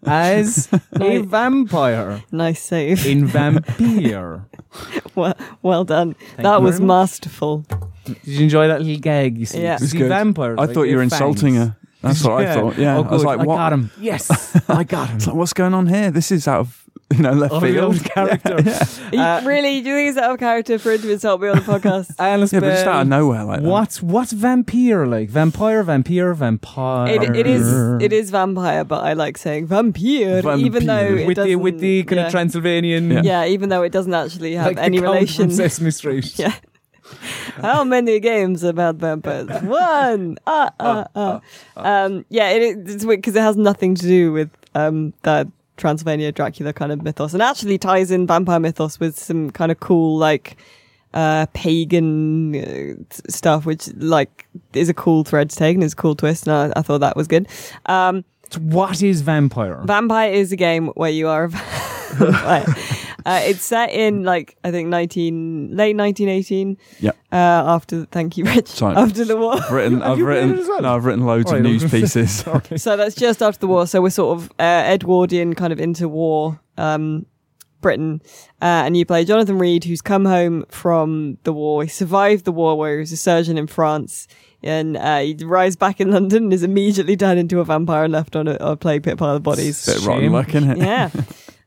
B: as a vampire
A: Nice save.
B: in Vampire.
A: well, well done.
B: you
A: that was
B: very much.
A: masterful.
B: Did you enjoy that little gag? You see,
A: Yeah.
B: You
A: It's
B: see
C: good.
B: vampires.
C: I
B: like,
C: thought you
B: their
C: were insulting
B: fangs.
C: her. That's what I thought. Yeah.
B: Oh,
C: I was
B: good.
C: like, what?
B: got him. Yes, I got him.
C: It's like, what's going on here? This is out of you know left
B: Out of the
C: field.
B: old character.
A: You- really? Do you think it's out of character for it to insult me on the podcast?
B: Alice
C: Yeah, but just out of
B: Bell.
C: nowhere like that.
B: What's what's vampire like? Vampire, vampire, vampire.
A: It, it is it is vampire, but I like saying vampire, even though
C: Vampire.
A: it
B: with the
A: doesn't,
B: with the kind
A: yeah.
B: of Transylvanian.
C: Yeah.
A: yeah, even though it doesn't actually have
B: Like the
A: any
B: Count
A: relation.
B: from Sesame Street.
A: Yeah. How many games about vampires? One. Ah, ah, ah. Um, yeah, it, it's weird because it has nothing to do with um, that Transylvania Dracula kind of mythos, and actually ties in vampire mythos with some kind of cool like uh, pagan uh, s- stuff, which like is a cool thread to take and is a cool twist, and I, I thought that was good. Um,
B: So What is vampire?
A: Vampire is a game where you are a vampire. uh, it's set in like I think nineteen late nineteen eighteen.
C: Yeah.
A: Uh, after thank you, Rich.
C: Sorry.
A: After the war.
C: I've written. I've
B: you played
C: written.
B: it as well?
C: No, I've written loads
B: Alright,
C: of
B: I was
C: news
B: gonna say-
C: pieces.
B: Sorry.
A: So that's just after the war. So we're sort of uh, Edwardian kind of interwar um, Britain, uh, and you play Jonathan Reed, who's come home from the war. He survived the war, where he was a surgeon in France, and uh, he arrives back in London and is immediately turned into a vampire and left on a, a play pit pile of bodies.
C: Bit rotten
B: Shame.
C: luck, innit?
A: yeah.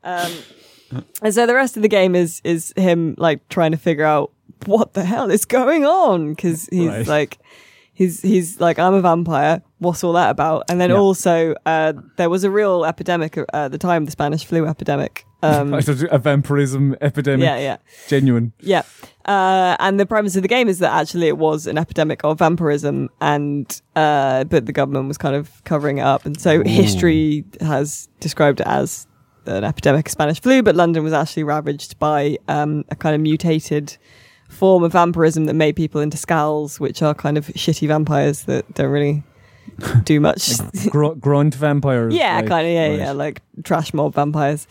A: Um, and so the rest of the game is is him like trying to figure out what the hell is going on because he's
B: Right.
A: like he's he's like I'm a vampire. What's all that about? And then
B: Yeah.
A: also uh, there was a real epidemic uh, at the time, the Spanish flu epidemic. Um,
B: a vampirism epidemic.
A: yeah, yeah.
B: Genuine.
A: Yeah. Uh, and the premise of the game is that actually it was an epidemic of vampirism, and uh, but the government was kind of covering it up, and so history has described it as an epidemic of Spanish flu. But London was actually ravaged by um, a kind of mutated form of vampirism that made people into scowls, which are kind of shitty vampires that don't really do much.
B: Gr- grunt vampires.
A: Yeah,
B: like- Hmm.
A: kind of. Yeah,
B: right.
A: yeah, like trash mob vampires.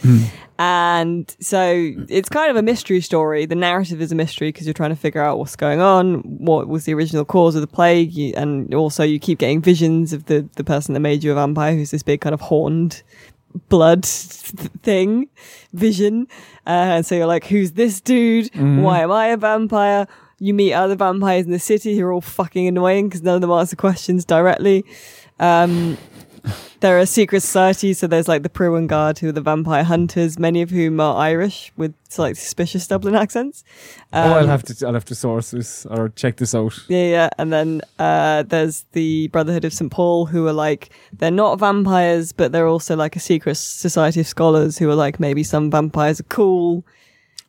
A: And so it's kind of a mystery story. The narrative is a mystery because you're trying to figure out what's going on, what was the original cause of the plague, you, and also you keep getting visions of the the person that made you a vampire, who's this big kind of horned blood th- thing vision. Uh, and so you're like, who's this dude? Why am I a vampire? You meet other vampires in the city who are all fucking annoying because none of them answer questions directly. Um, there are secret societies, so there's like the Pruan Guard, who are the vampire hunters, many of whom are Irish with slightly suspicious Dublin accents.
B: oh, I'll
A: Um,
B: have to I'll have to source this or check this out.
A: yeah, yeah. And then uh, there's the Brotherhood of St. Paul, who are like, they're not vampires, but they're also like a secret society of scholars who are like, maybe some vampires are cool.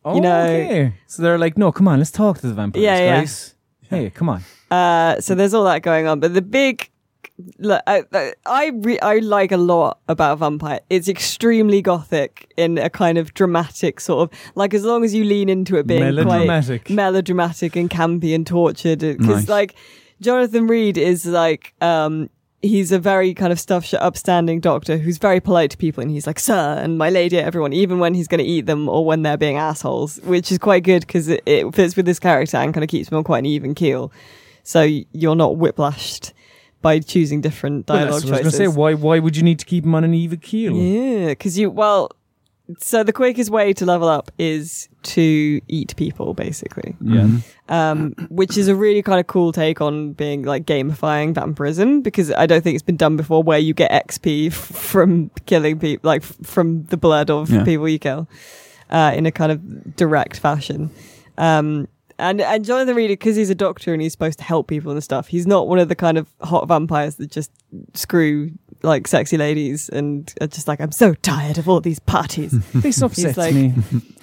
B: Oh,
A: know-
B: okay. So they're like, no, come on, let's talk to the vampires,
A: Yeah, yeah.
B: guys. Hey, come on.
A: Uh, so there's all that going on. But the big. li- I I- I, re- I like a lot about Vampire. It's extremely gothic in a kind of dramatic sort of like as long as you lean into it being quite
B: Melodramatic.
A: melodramatic and campy and tortured because
C: Nice.
A: like jonathan reed is like um he's a very kind of stuff shut upstanding doctor who's very polite to people and he's like sir and my lady everyone even when he's going to eat them or when they're being assholes which is quite good because it, it fits with this character and kind of keeps him on quite an even keel so you're not whiplashed by choosing different
B: Well,
A: dialogue
B: that's what I was
A: choices
B: going to say, why, why would you need to keep him on an even keel?
A: yeah, because you well, so the quickest way to level up is to eat people, basically.
B: Yeah.
C: Mm-hmm.
A: Um, which is a really kind of cool take on being like gamifying vampirism because I don't think it's been done before, where you get XP f- from killing people, like f- from the blood of
C: Yeah.
A: people you kill, uh, in a kind of direct fashion. Um, and and Jonathan Reed, because he's a doctor and he's supposed to help people and stuff, he's not one of the kind of hot vampires that just screw like sexy ladies and are just like I'm so tired of all these parties.
B: This upsets
A: like-
B: me.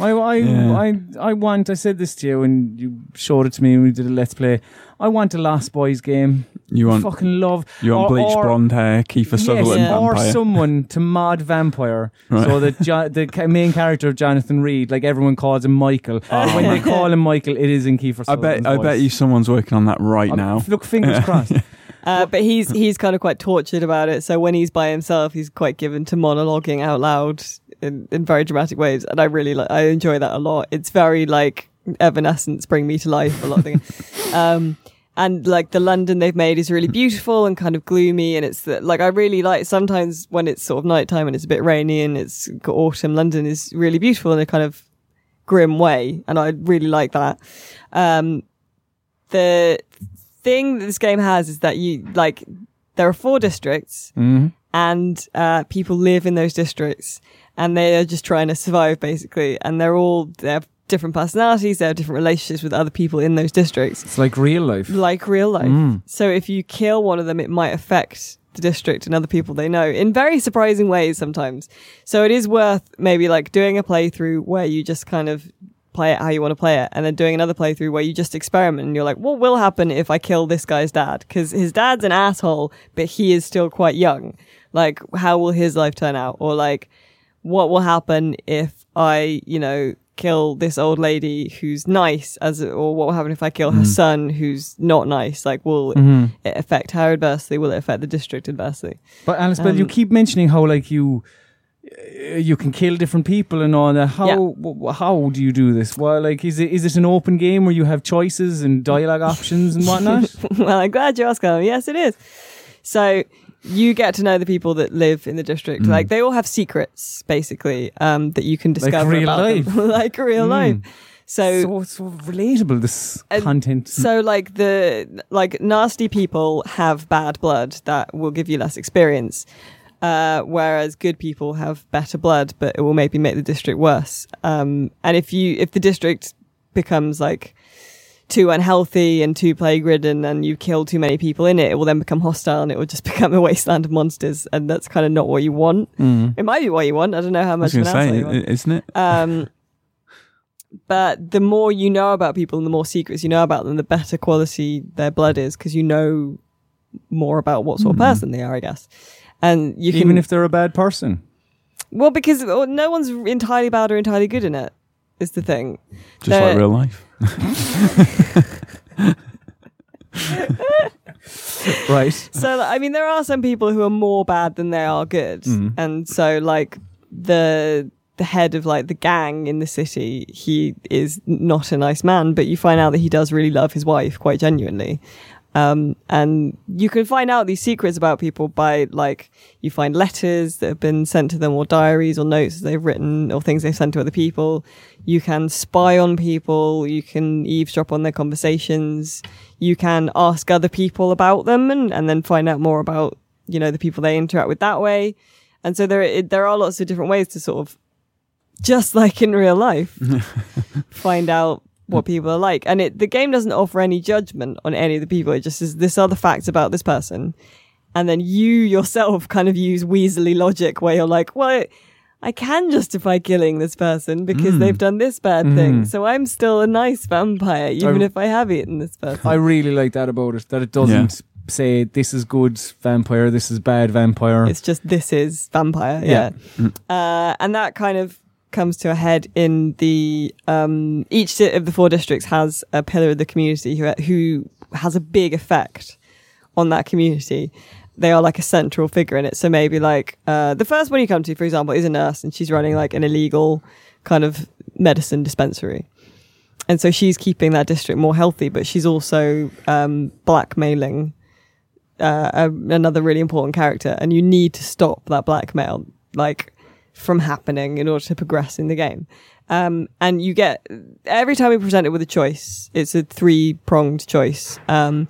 B: I, I,
C: Yeah.
B: I, I want, I said this to you when you showed it to me when we did a Let's Play. I want a Last Boys game.
C: You want
B: Fucking love.
C: you want
B: or-
C: bleach
B: or-
C: blonde hair, Kiefer Sutherland
A: yeah.
B: or
C: vampire.
B: someone to mod vampire,
C: Right.
B: so that jo- the ca- main character of Jonathan Reed, like everyone calls him Michael. When they call him Michael, it is in Kiefer.
C: Oh. I bet
B: Sutherland's
C: I
B: voice.
C: bet you someone's working on that right
B: Um,
C: now.
B: Look, fingers crossed.
A: Uh, but he's he's kind of quite tortured about it. So when he's by himself, he's quite given to monologuing out loud in, in very dramatic ways, and I really like I enjoy that a lot. It's very like Evanescence, Bring Me to Life, a lot of things. um, and like the London they've made is really beautiful and kind of gloomy, and it's the, like I really like sometimes when it's sort of nighttime and it's a bit rainy and it's got autumn. London is really beautiful in a kind of grim way, and I really like that. Um, the thing that this game has is that you like there are four districts and uh, people live in those districts and they are just trying to survive basically and they're all they have different personalities they have different relationships with other people in those districts
B: It's like real life.
A: like real life so if you kill one of them it might affect the district and other people they know in very surprising ways sometimes so it is worth maybe like doing a playthrough where you just kind of play it how you want to play it and then doing another playthrough where you just experiment and you're like what will happen if i kill this guy's dad because his dad's an asshole but he is still quite young like how will his life turn out or like what will happen if i you know kill this old lady who's nice as or what will happen if i kill her son who's not nice like will it affect her adversely will it affect the district adversely
B: But Alice, but you
A: Um,
B: keep mentioning how like you uh, you can kill different people and all that. How
A: Yeah.
B: wh- wh- how do you do this? Well, like is it is it an open game where you have choices and dialogue options and whatnot?
A: well, I'm glad you asked, Colin. Yes, it is. So you get to know the people that live in the district. Like they all have secrets, basically, um, that you can discover
B: real
A: about them. like real life. So, so
B: so so relatable this
A: And
B: content.
A: like the like nasty people have bad blood that will give you less experience. Uh, whereas good people have better blood, but it will maybe make the district worse. Um, and if you if the district becomes like too unhealthy and too plague ridden and you kill too many people in it, it will then become hostile and it will just become a wasteland of monsters. And that's kind of not what you want. It might be what you want. I don't know how
C: Mm. I was
A: much of an
C: going to
A: asshole
C: say,
A: you want.
C: i- isn't it?
A: Um, but the more you know about people and the more secrets you know about them, the better quality their blood is because you know more about what sort of person they are, I guess. And you can,
B: Hmm. Even if they're a bad person.
A: well, because oh, no one's entirely bad or entirely good in it, is the thing.
C: Just like
A: the-
C: real life.
B: Right.
A: so like, I mean, there are some people who are more bad than they are good, and so like the the head of like the gang in the city, he is not a nice man, but you find out that he does really love his wife quite genuinely. Um, and you can find out these secrets about people by like you find letters that have been sent to them, or diaries, or notes they've written, or things they've sent to other people. You can spy on people. You can eavesdrop on their conversations. You can ask other people about them, and, and then find out more about you know the people they interact with that way. And so there it, there are lots of different ways to sort of just like in real life find out what people are like. And it the game doesn't offer any judgment on any of the people. It just says this are the facts about this person. And then you yourself kind of use weaselly logic where you're like, well, I can justify killing this person because they've done this bad thing. So I'm still a nice vampire, even if I have eaten this person.
B: I really like that about it that it doesn't say this is good vampire, this is bad vampire.
A: It's just this is vampire. Yeah. Uh, and that kind of comes to a head in the um, each ci- of the four districts has a pillar of the community who who has a big effect on that community. They are like a central figure in it. So maybe like uh, the first one you come to, for example, is a nurse and she's running like an illegal kind of medicine dispensary. And so she's keeping that district more healthy, but she's also um, blackmailing uh, a, another really important character, and you need to stop that blackmail like from happening in order to progress in the game. Um, and you get every time you're presented with a choice, it's a three pronged choice. Um,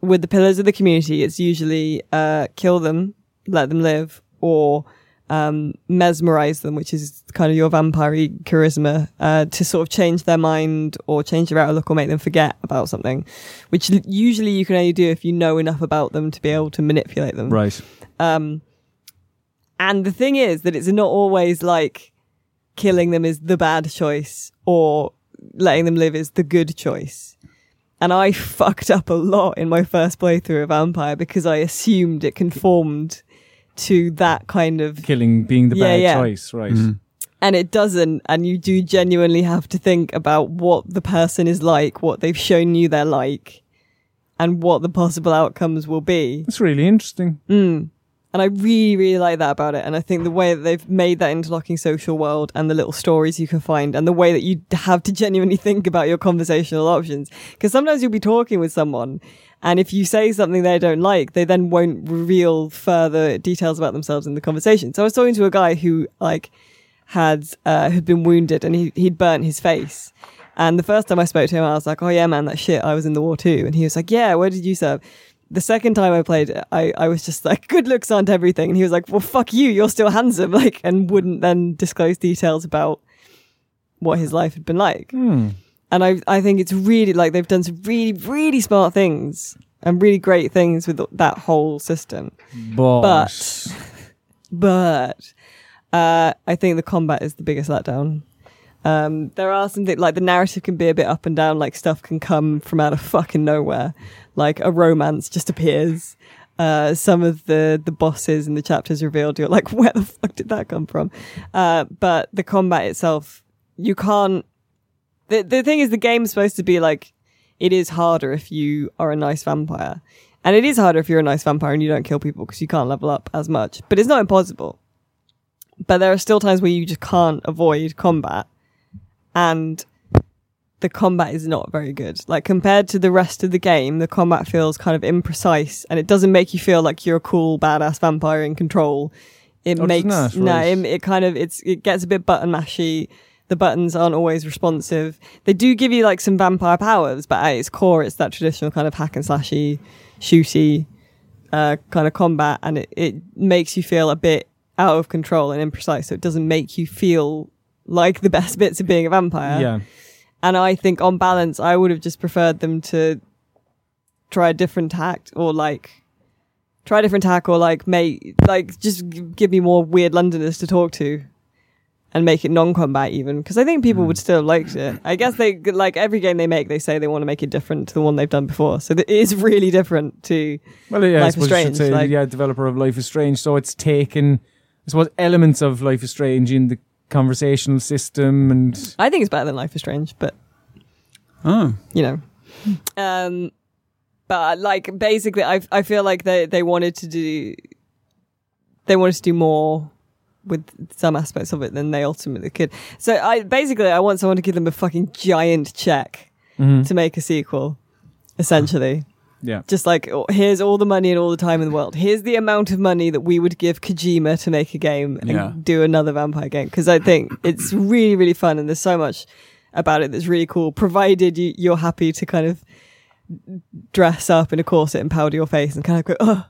A: with the pillars of the community, it's usually uh, kill them, let them live, or um, mesmerize them, which is kind of your vampire charisma, uh, to sort of change their mind or change their outlook or make them forget about something, which l- usually you can only do if you know enough about them to be able to manipulate them.
B: Right.
A: Um, And the thing is that it's not always like killing them is the bad choice or letting them live is the good choice. And I fucked up a lot in my first playthrough of Vampire because I assumed it conformed to that kind of
B: Killing being the
A: Yeah,
B: bad
A: yeah.
B: choice, right.
C: Mm. Mm-hmm.
A: and it doesn't and you do genuinely have to think about what the person is like what they've shown you they're like and what the possible outcomes will be
B: It's really interesting.
A: Mm. and i really really like that about it and i think the way that they've made that interlocking social world and the little stories you can find and the way that you have to genuinely think about your conversational options because sometimes you'll be talking with someone and if you say something they don't like they then won't reveal further details about themselves in the conversation so i was talking to a guy who like had uh, had been wounded and he, he'd burnt his face. And the first time I spoke to him, I was like, "Oh yeah, man, that shit. I was in the war too." And he was like, "Yeah, where did you serve?" The second time I played, it, I, I was just like, "Good looks aren't everything," and he was like, "Well, fuck you. You're still handsome," like, and wouldn't then disclose details about what his life had been like. And I I think it's really like they've done some really really smart things and really great things with that whole system
B: But,
A: But- but uh, I think the combat is the biggest letdown. Um, there are some things like the narrative can be a bit up and down. Like stuff can come from out of fucking nowhere. Like a romance just appears. Uh, some of the the bosses in the chapters revealed. You're like, where the fuck did that come from? Uh, but the combat itself, you can't. The the thing is, the game's supposed to be like, it is harder if you are a nice vampire, and it is harder if you're a nice vampire and you don't kill people because you can't level up as much. But it's not impossible but there are still times where you just can't avoid combat and the combat is not very good like compared to the rest of the game the combat feels kind of imprecise and it doesn't make you feel like you're a cool badass vampire in control it
B: Oh, it's
A: makes
B: nice,
A: no
B: right.
A: it, it kind of it's it gets a bit button mashy the buttons aren't always responsive they do give you like some vampire powers but at its core it's that traditional kind of hack and slashy shooty uh, kind of combat and it, it makes you feel a bit out of control and imprecise so it doesn't make you feel like the best bits of being a vampire
B: yeah.
A: and i think on balance i would have just preferred them to try a different tact or like try a different tack or like make like just g- give me more weird londoners to talk to and make it non-combat even because i think people would still have liked it i guess they like every game they make they say they want to make it different to the one they've done before so it is really different to
B: Well, yeah,
A: Life
B: I
A: is
B: suppose you should
A: Strange,
B: say,
A: like-
B: yeah, developer of Life is Strange. So it's taken, I suppose, elements of Life is Strange in the conversational system and
A: I think it's better than Life is Strange, but
C: Oh,
A: you know, um, but like basically, I I feel like they they wanted to do they wanted to do more with some aspects of it than they ultimately could. So I basically I want Mm-hmm. someone to give them a fucking giant check to make a sequel, essentially.
B: Yeah.
A: Just like, oh, here's all the money and all the time in the world. Here's the amount of money that we would give Kojima to make a game and
C: Yeah.
A: do another vampire game. Because I think it's really, really fun and there's so much about it that's really cool, provided you, you're happy to kind of dress up in a corset and powder your face and kind of go, oh,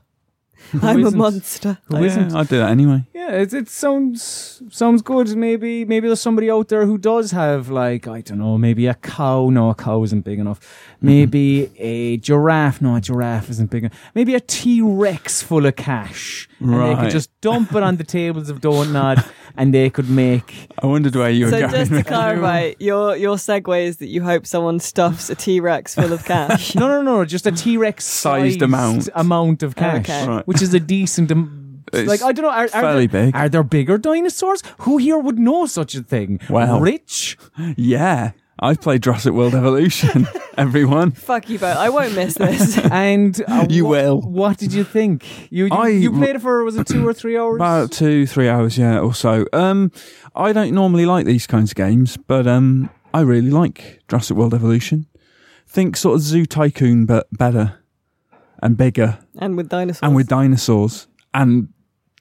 A: I'm a
B: isn't?
A: monster.
B: Who
A: Like,
B: isn't?
C: I'd do that anyway.
B: Yeah, it, it sounds sounds good. Maybe maybe there's somebody out there who does have like I don't know, maybe a cow. No, a cow isn't big enough.
A: Mm-hmm.
B: Maybe a giraffe. No, a giraffe isn't big enough. Maybe a T Rex full of cash, and they
C: Right.
B: could just dump it on the tables of Donut, and they could make.
C: I wondered where you were
A: So
C: going.
A: just to
C: with that.
A: clarify, your your segue is that you hope someone stuffs a T Rex full of cash.
B: No, no, no, just a T Rex
C: Sized amount.
B: amount of cash,
A: Okay.
C: Right.
B: which is a decent. am-
C: It's
B: like I don't know, are, are
C: fairly
B: there,
C: big.
B: Are there bigger dinosaurs? Who here would know such a thing?
C: Wow.
B: rich.
C: Yeah, I've played Jurassic World Evolution. everyone,
A: Fuck you both. I won't miss this.
B: And uh,
C: You
B: wha-
C: will.
B: What did you think? You you,
C: I-
B: you played it for was it two or three hours?
C: about two, three hours, yeah, or so. Um, I don't normally like these kinds of games, but um, I really like Jurassic World Evolution. Think sort of Zoo Tycoon, but better and bigger,
A: and with dinosaurs.
C: and with dinosaurs and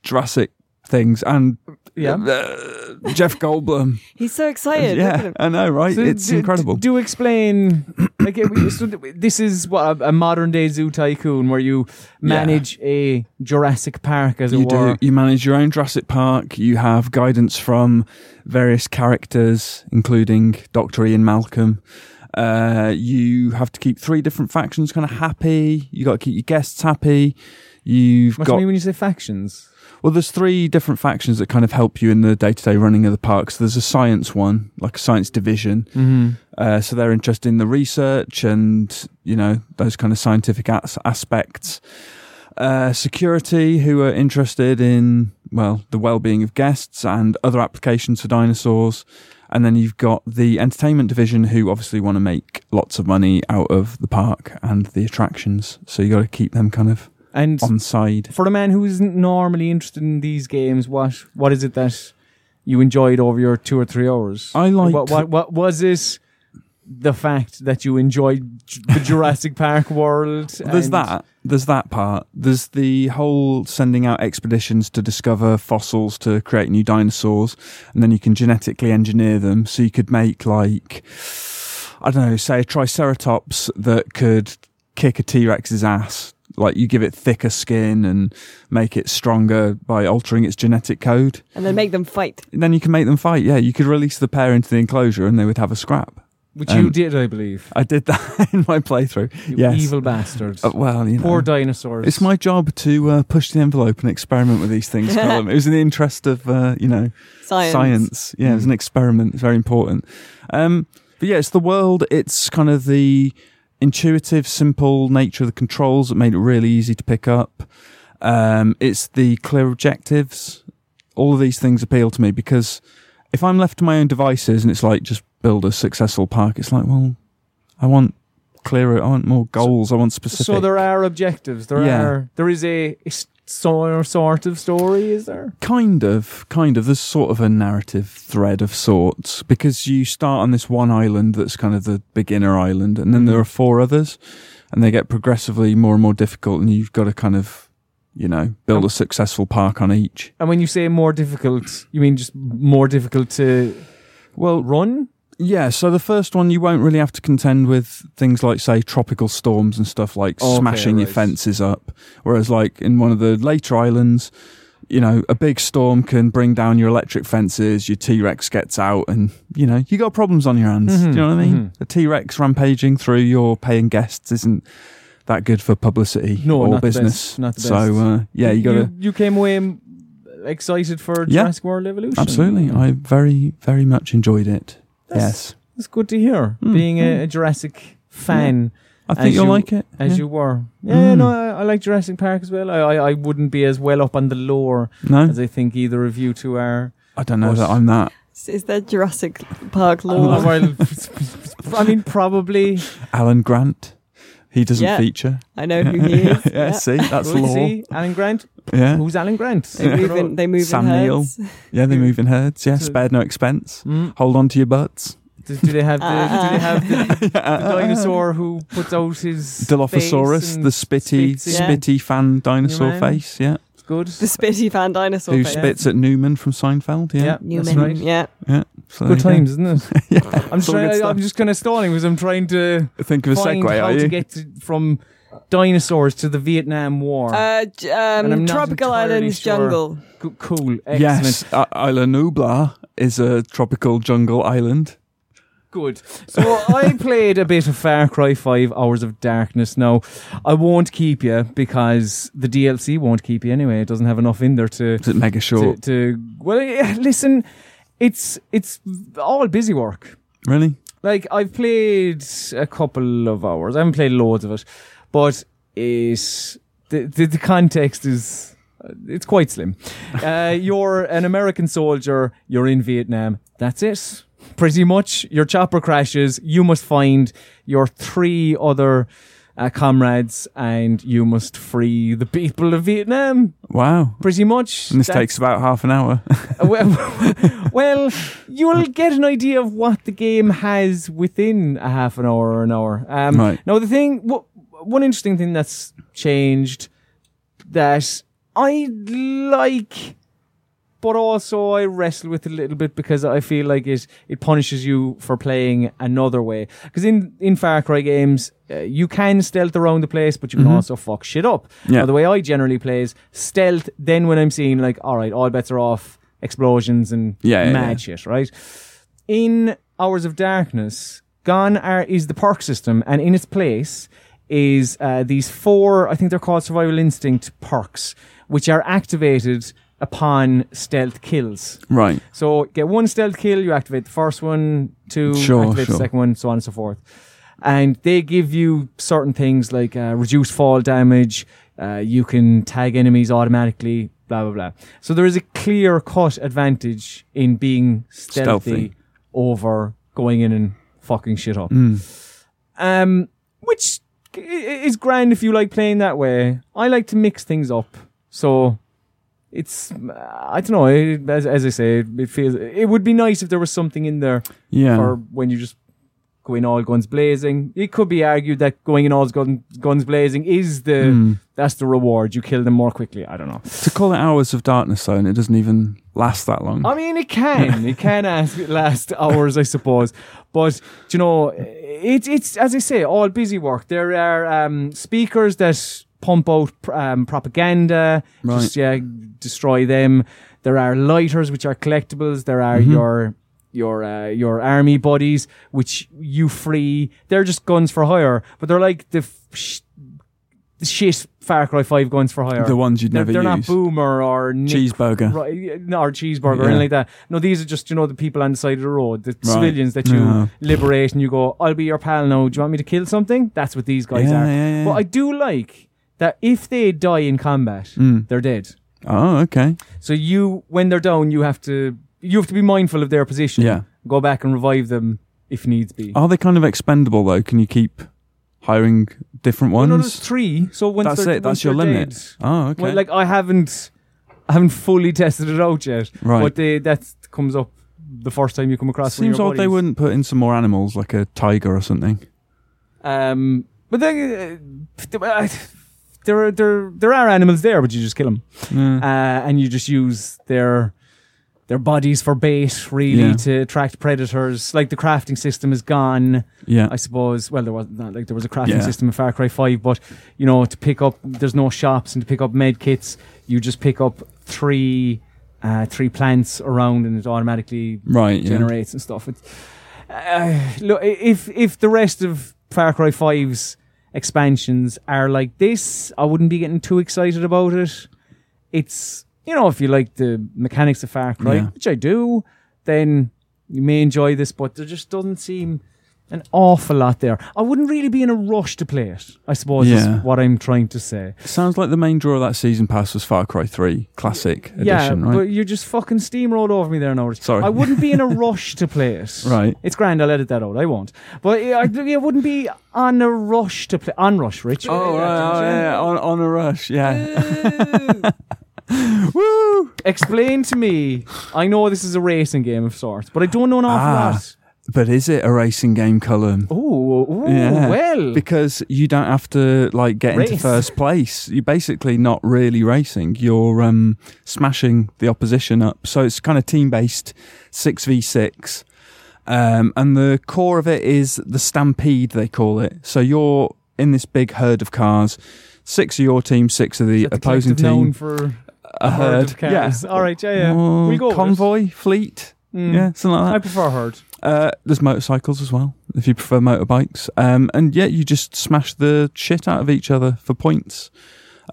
C: Jurassic things and
B: yeah.
C: uh, Jeff Goldblum.
A: He's so excited. Look at
C: yeah,
A: him.
C: I know, right?
B: So
C: it's
B: d-
C: incredible.
B: d- Do explain. Like, it- we- so th- this is what a, a modern day zoo tycoon where you manage a Jurassic Park, as
C: you
B: it were.
C: do. You manage your own Jurassic Park. You have guidance from various characters, including Doctor Ian Malcolm. Uh, you have to keep three different factions kind of happy. You got to keep your guests happy. You've
B: What do you
C: got
B: mean when you say factions?
C: well, there's three different factions that kind of help you in the day to day running of the park. So there's a science one, like a science division. Uh, so they're interested in the research and, you know, those kind of scientific as- aspects. Uh, security, who are interested in, well, the well being of guests and other applications for dinosaurs. And then you've got the entertainment division, who obviously want to make lots of money out of the park and the attractions. So you got to keep them kind of
B: And
C: on side.
B: for a man who isn't normally interested in these games, what what is it that you enjoyed over your two or three hours?
C: I liked-
B: What, what, what was it? The fact that you enjoyed J- the Jurassic Park world.
C: Well, There's
B: and-
C: that. There's that part. There's the whole sending out expeditions to discover fossils to create new dinosaurs, and then you can genetically engineer them. So you could make like, I don't know, say a Triceratops that could kick a T Rex's ass. Like you give it thicker skin and make it stronger by altering its genetic code.
A: And then make them fight.
C: And then you can make them fight. Yeah, you could release the pair into the enclosure, and they would have a scrap.
B: Which
C: Um,
B: you did, I believe.
C: I did that in my playthrough.
B: You
C: yes.
B: evil bastards.
C: Uh, well, you know.
B: Poor dinosaurs.
C: It's my job to uh, push the envelope and experiment with these things, Colin. It was in the interest of, uh, you know,
A: Science.
C: Yeah, it was an experiment. It's very important. Um, but yeah, it's the world. It's kind of the intuitive, simple nature of the controls that made it really easy to pick up. Um, it's the clear objectives. All of these things appeal to me because if I'm left to my own devices and it's like just build a successful park, it's like, well, I want clearer. I want more goals. I want specific.
B: so there are objectives. There
C: Yeah.
B: are. There is a, a s- sor- sort of story. Is there?
C: Kind of, kind of. There's sort of a narrative thread of sorts because you start on this one island that's kind of the beginner island, and then there are four others, and they get progressively more and more difficult, and you've got to kind of, you know, build a successful park on each.
B: And when you say more difficult, you mean just more difficult to
C: Well,
B: run?
C: yeah. So the first one, you won't really have to contend with things like, say, tropical storms and stuff like
B: Oh, Okay,
C: smashing your
B: right.
C: fences up. Whereas, like in one of the later islands. You know, a big storm can bring down your electric fences, your T Rex gets out, and, you know, you got problems on your hands. Do you know what I mean?
B: Mhm, mhm.
C: A T Rex rampaging through your paying guests isn't that good for publicity
B: No,
C: or
B: not the
C: business.
B: best, not the
C: So,
B: best.
C: uh, yeah, you got to.
B: You, came away mm, excited for
C: Yeah.
B: Jurassic World Evolution.
C: Absolutely. I very, very much enjoyed it. yes.
B: It's good to hear.
C: Mm,
B: Being
C: mm.
B: a, a Jurassic fan
C: I
B: as
C: think you'll
B: you-
C: like it.
B: as
C: yeah.
B: you were. Yeah,
C: Mm.
B: no, I, I like Jurassic Park as well. I, I, I wouldn't be as well up on the lore
C: No?
B: as I think either of you two are.
C: I don't know
B: What?
C: that I'm that.
A: Is- Is there Jurassic Park
C: Oh,
A: lore?
B: Well, well, I mean, probably.
C: Alan Grant. He doesn't
A: Yeah.
C: feature.
A: I
B: Oh,
A: know who he is.
C: yeah, see, that's
B: Good to
C: law.
B: see Alan Grant.
C: Yeah.
B: Who's Alan Grant?
A: They move in, they move
C: Sam
A: in
C: Neill.
A: herds.
C: Yeah, they move in herds. Yeah,
B: So-
C: spared no expense.
B: Mm.
C: Hold on to your butts.
B: Do, do they have the, do they
C: Ah.
B: have the, the dinosaur who puts out his face
C: Dilophosaurus,
B: and
C: the spitty,
B: spits
A: in-
C: spitty fan dinosaur
B: Human.
C: face, yeah,
B: it's good?
A: The spitty fan dinosaur.
C: who
A: face.
C: spits at Newman from Seinfeld, yeah.
B: Yeah, that's
A: Newman.
B: right.
A: Yeah.
C: So
B: Good
C: there you
B: times, isn't it? I'm
C: It's all good
B: trying.
C: stuff.
B: I'm just kind of stalling because I'm trying to
C: go. Think of a
B: find
C: segue,
B: how
C: are
B: to
C: you?
B: get to, from dinosaurs to the Vietnam War.
A: Uh, j-
B: And I'm
A: um,
B: not
A: tropical
B: entirely
A: islands
B: sure.
A: jungle.
B: C- cool, excellent,
C: Yes, I- Isla Nublar is a tropical jungle island.
B: good. So I played a bit of Far Cry Five: Hours of Darkness. Now, I won't keep you because the DLC won't keep you anyway. It doesn't have enough in there to
C: Is it mega
B: to,
C: short?
B: to well. yeah, Listen, it's it's all busy work.
C: really?
B: like I've played a couple of hours. I haven't played loads of it, but it the the, the context is it's quite slim. Uh, you're an American soldier. You're in Vietnam. That's it. Pretty much, your chopper crashes. You must find your three other uh, comrades, and you must free the people of Vietnam.
C: Wow.
B: Pretty much.
C: And this
B: That's-
C: takes about half an hour.
B: well, well, you'll get an idea of what the game has within a half an hour or an hour. Um,
C: Right.
B: Now, the thing, w- one interesting thing that's changed that I like, but also I wrestle with a little bit because I feel like it it punishes you for playing another way. Because in in Far Cry games, uh, you can stealth around the place, but you can also fuck shit up.
C: Yeah.
B: Now, the way I generally play is stealth. Then when I'm seeing like, all right, all bets are off, explosions and
C: Yeah, yeah,
B: mad
C: yeah.
B: shit, right? In Hours of Darkness, gone are is the perk system, and in its place is uh, these four. I think they're called survival instinct perks, which are activated upon stealth kills.
C: right.
B: So get one stealth kill, you activate the first one, two,
C: Sure,
B: activate
C: sure.
B: the second one, so on and so forth. And they give you certain things like uh, reduce fall damage, uh, you can tag enemies automatically, blah, blah, blah. So there is a clear cut advantage in being stealthy,
C: Stealthy.
B: over going in and fucking shit up. Um, which i- i- is grand if you like playing that way. I like to mix things up. So it's I don't know. It, as, as I say, it feels it would be nice if there was something in there
C: Yeah.
B: for when you just go in all guns blazing. It could be argued that going in all gun, guns blazing is the
C: Hmm.
B: that's the reward. You kill them more quickly. I don't know.
C: Mm. to call it Hours of Darkness, though, and it doesn't even last that long.
B: I mean, it can. it can ask, last hours, I suppose. But you know, it, it's as I say, all busy work. There are um, speakers that pump out pr- um, propaganda, just yeah, destroy them. There are lighters, which are collectibles. There
C: Mm-hmm.
B: are your your uh, your army bodies, which you free. They're just guns for hire, but they're like the. F- sh- Shit, Far Cry Five guns for hire.
C: The ones you'd
B: they're,
C: never
B: they're
C: use.
B: not boomer or Nick
C: Cheeseburger.
B: Right, yeah, no, or cheeseburger or
C: Yeah.
B: anything like that. No, these are just you know the people on the side of the road, the civilians that you
C: Yeah.
B: liberate, and you go, "I'll be your pal now. Do you want me to kill something?" That's what these guys
C: Yeah,
B: are.
C: yeah, yeah.
B: But I do like that if they die in combat,
C: Mm.
B: they're dead.
C: Oh, okay.
B: So you, when they're down, you have to you have to be mindful of their position.
C: Yeah. Oh,
B: go back and revive them if needs be.
C: Are they kind of expendable, though? Can you keep hiring different
B: No, no, there's
C: ones?
B: three. So once
C: That's
B: they're-
C: it.
B: once
C: That's your
B: they're
C: limit.
B: dead-
C: Oh, okay.
B: Well, like I haven't, I haven't fully tested it out yet.
C: Right.
B: But they, that comes up the first time you come across. one of
C: Seems
B: your
C: odd they
B: buddies.
C: wouldn't put in some more animals, like a tiger or something.
B: Um, but then, uh, there, are- there, there are animals there, but you just kill them,
C: Yeah.
B: uh, and you just use their their bodies for bait, really,
C: Yeah.
B: to attract predators. Like the crafting system is gone.
C: yeah.
B: I suppose. Well, there was not like there was a crafting
C: Yeah.
B: system in Far Cry Five, but you know, to pick up, there's no shops, and to pick up med kits, you just pick up three, uh, three plants around, and it automatically
C: right. Yeah.
B: generates and stuff. It's, uh, look, i- if if the rest of Far Cry 5's expansions are like this, I wouldn't be getting too excited about it. It's you know, if you like the mechanics of Far Cry,
C: Yeah.
B: which I do, then you may enjoy this, but there just doesn't seem an awful lot there. I wouldn't really be in a rush to play it, I suppose
C: Yeah.
B: is what I'm trying to say.
C: Sounds like the main draw of that season pass was Far Cry 3 Classic Edition,
B: yeah,
C: right?
B: but you just fucking steamrolled over me there, Norris.
C: Sorry.
B: I wouldn't be in a rush to play it.
C: Right.
B: It's grand. I'll edit that out. I won't. But I, I I wouldn't be on a rush to play. On rush, Rich.
C: Oh, right, oh, yeah, on, on a rush, yeah. Woo!
B: Explain to me. I know this is a racing game of sorts, but I don't know an awful
C: Ah.
B: lot.
C: But is it a racing game, Cullen?
B: Oh,
C: Yeah.
B: well.
C: Because you don't have to like get
B: Race.
C: into first place. You're basically not really racing. You're um, smashing the opposition up. So it's kind of team based, six v six, um, and the core of it is the stampede they call it. So you're in this big herd of cars. Six of your team, six of the,
B: Is that the
C: opposing
B: collective Known
C: team.
B: for
C: A herd,
B: of cows. All right, yeah, yeah.
C: Or
B: We'll go with it.
C: convoy, fleet,
B: Mm.
C: yeah, something like that.
B: I prefer herd.
C: Uh, there's motorcycles as well, if you prefer motorbikes. Um, and yeah, you just smash the shit out of each other for points.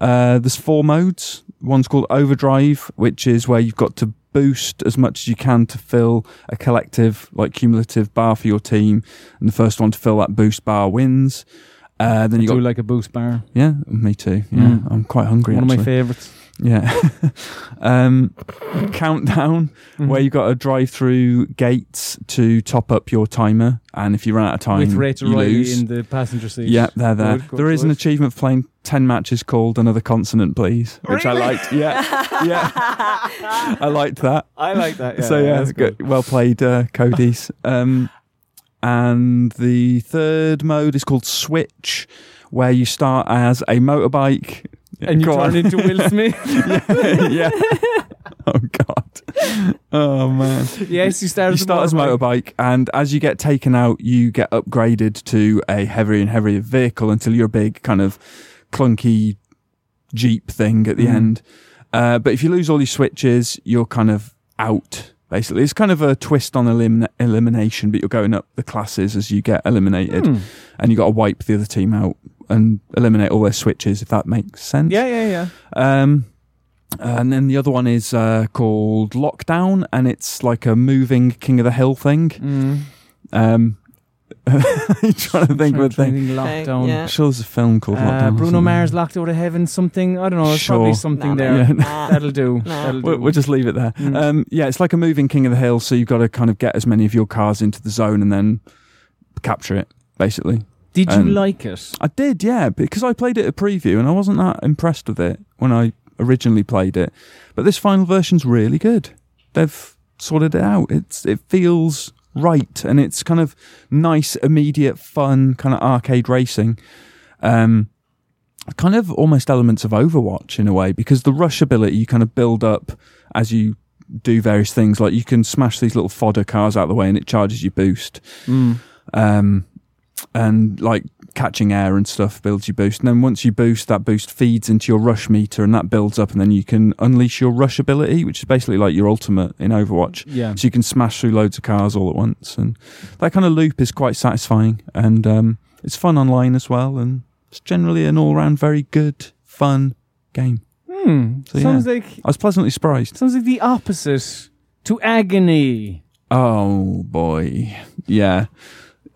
C: Uh, there's four modes. One's called Overdrive, which is where you've got to boost as much as you can to fill a collective, like cumulative bar for your team. And the first one to fill that boost bar wins. Uh, then you
B: do
C: got
B: like a boost bar.
C: yeah, me too. Yeah,
B: Mm.
C: I'm quite hungry.
B: One of my
C: actually.
B: favorites.
C: yeah. um, countdown
B: Mm-hmm.
C: where you've got to drive through gates to top up your timer, and if you run out of time,
B: with Rachel
C: you
B: Riley
C: lose.
B: in the passenger seat.
C: yeah, they're there.
B: Good, good,
C: there is an
B: good.
C: achievement for playing ten matches called "Another Consonant, Please," which
B: Really?
C: I liked. Yeah, yeah, I liked that.
B: I like that. Yeah,
C: so yeah,
B: that's
C: good. well played, uh, Cody's. um, and the third mode is called Switch, where you start as a motorbike.
B: And you
C: Go
B: turn
C: on.
B: into Will Smith.
C: yeah. Oh god. Oh man.
B: yes, you start.
C: you
B: as a
C: start as a motorbike, and as you get taken out, you get upgraded to a heavier and heavier vehicle until you're a big kind of clunky jeep thing at the
B: Mhm.
C: end. Uh, but if you lose all your switches, you're kind of out. Basically, it's kind of a twist on elim- elimination, but you're going up the classes as you get eliminated,
B: Hmm.
C: and you got to wipe the other team out and eliminate all their switches. If that makes sense,
B: Yeah, yeah, yeah.
C: um, and then the other one is uh, called Lockdown, and it's like a moving King of the Hill thing.
B: Mm.
C: Um, trying to think of a thing.
B: Training lockdown.
C: I'm
A: yeah.
C: sure there's a film called Lockdown.
B: Uh,
C: or
B: Bruno
C: something.
B: Mars locked out of heaven. Something I don't know. It's probably
C: Sure.
B: something
A: Nah,
B: there.
A: nah,
C: Yeah.
A: nah.
B: That'll do.
A: Nah.
B: That'll do.
C: We'll, we'll just leave it there.
B: Mm.
C: Um, yeah, it's like a moving King of the Hill, so you've got to kind of get as many of your cars into the zone and then capture it, basically.
B: Did you
C: um,
B: like it?
C: I did, yeah, because I played it at preview and I wasn't that impressed with it when I originally played it. But this final version's really good. They've sorted it out. It's it feels right and it's kind of nice, immediate, fun, kind of arcade racing. Um kind of almost elements of Overwatch in a way, because the rush ability you kind of build up as you do various things. Like you can smash these little fodder cars out of the way and it charges your boost
B: Mm.
C: um, and like catching air and stuff builds your boost. And then once you boost, that boost feeds into your rush meter and that builds up. And then you can unleash your rush ability, which is basically like your ultimate in Overwatch.
B: Yeah.
C: So you can smash through loads of cars all at once. And that kind of loop is quite satisfying. And um, it's fun online as well. And it's generally an all round very good, fun game.
B: Hmm.
C: So, yeah.
B: sounds like
C: I was pleasantly surprised.
B: sounds like the opposite to agony.
C: Oh boy, yeah.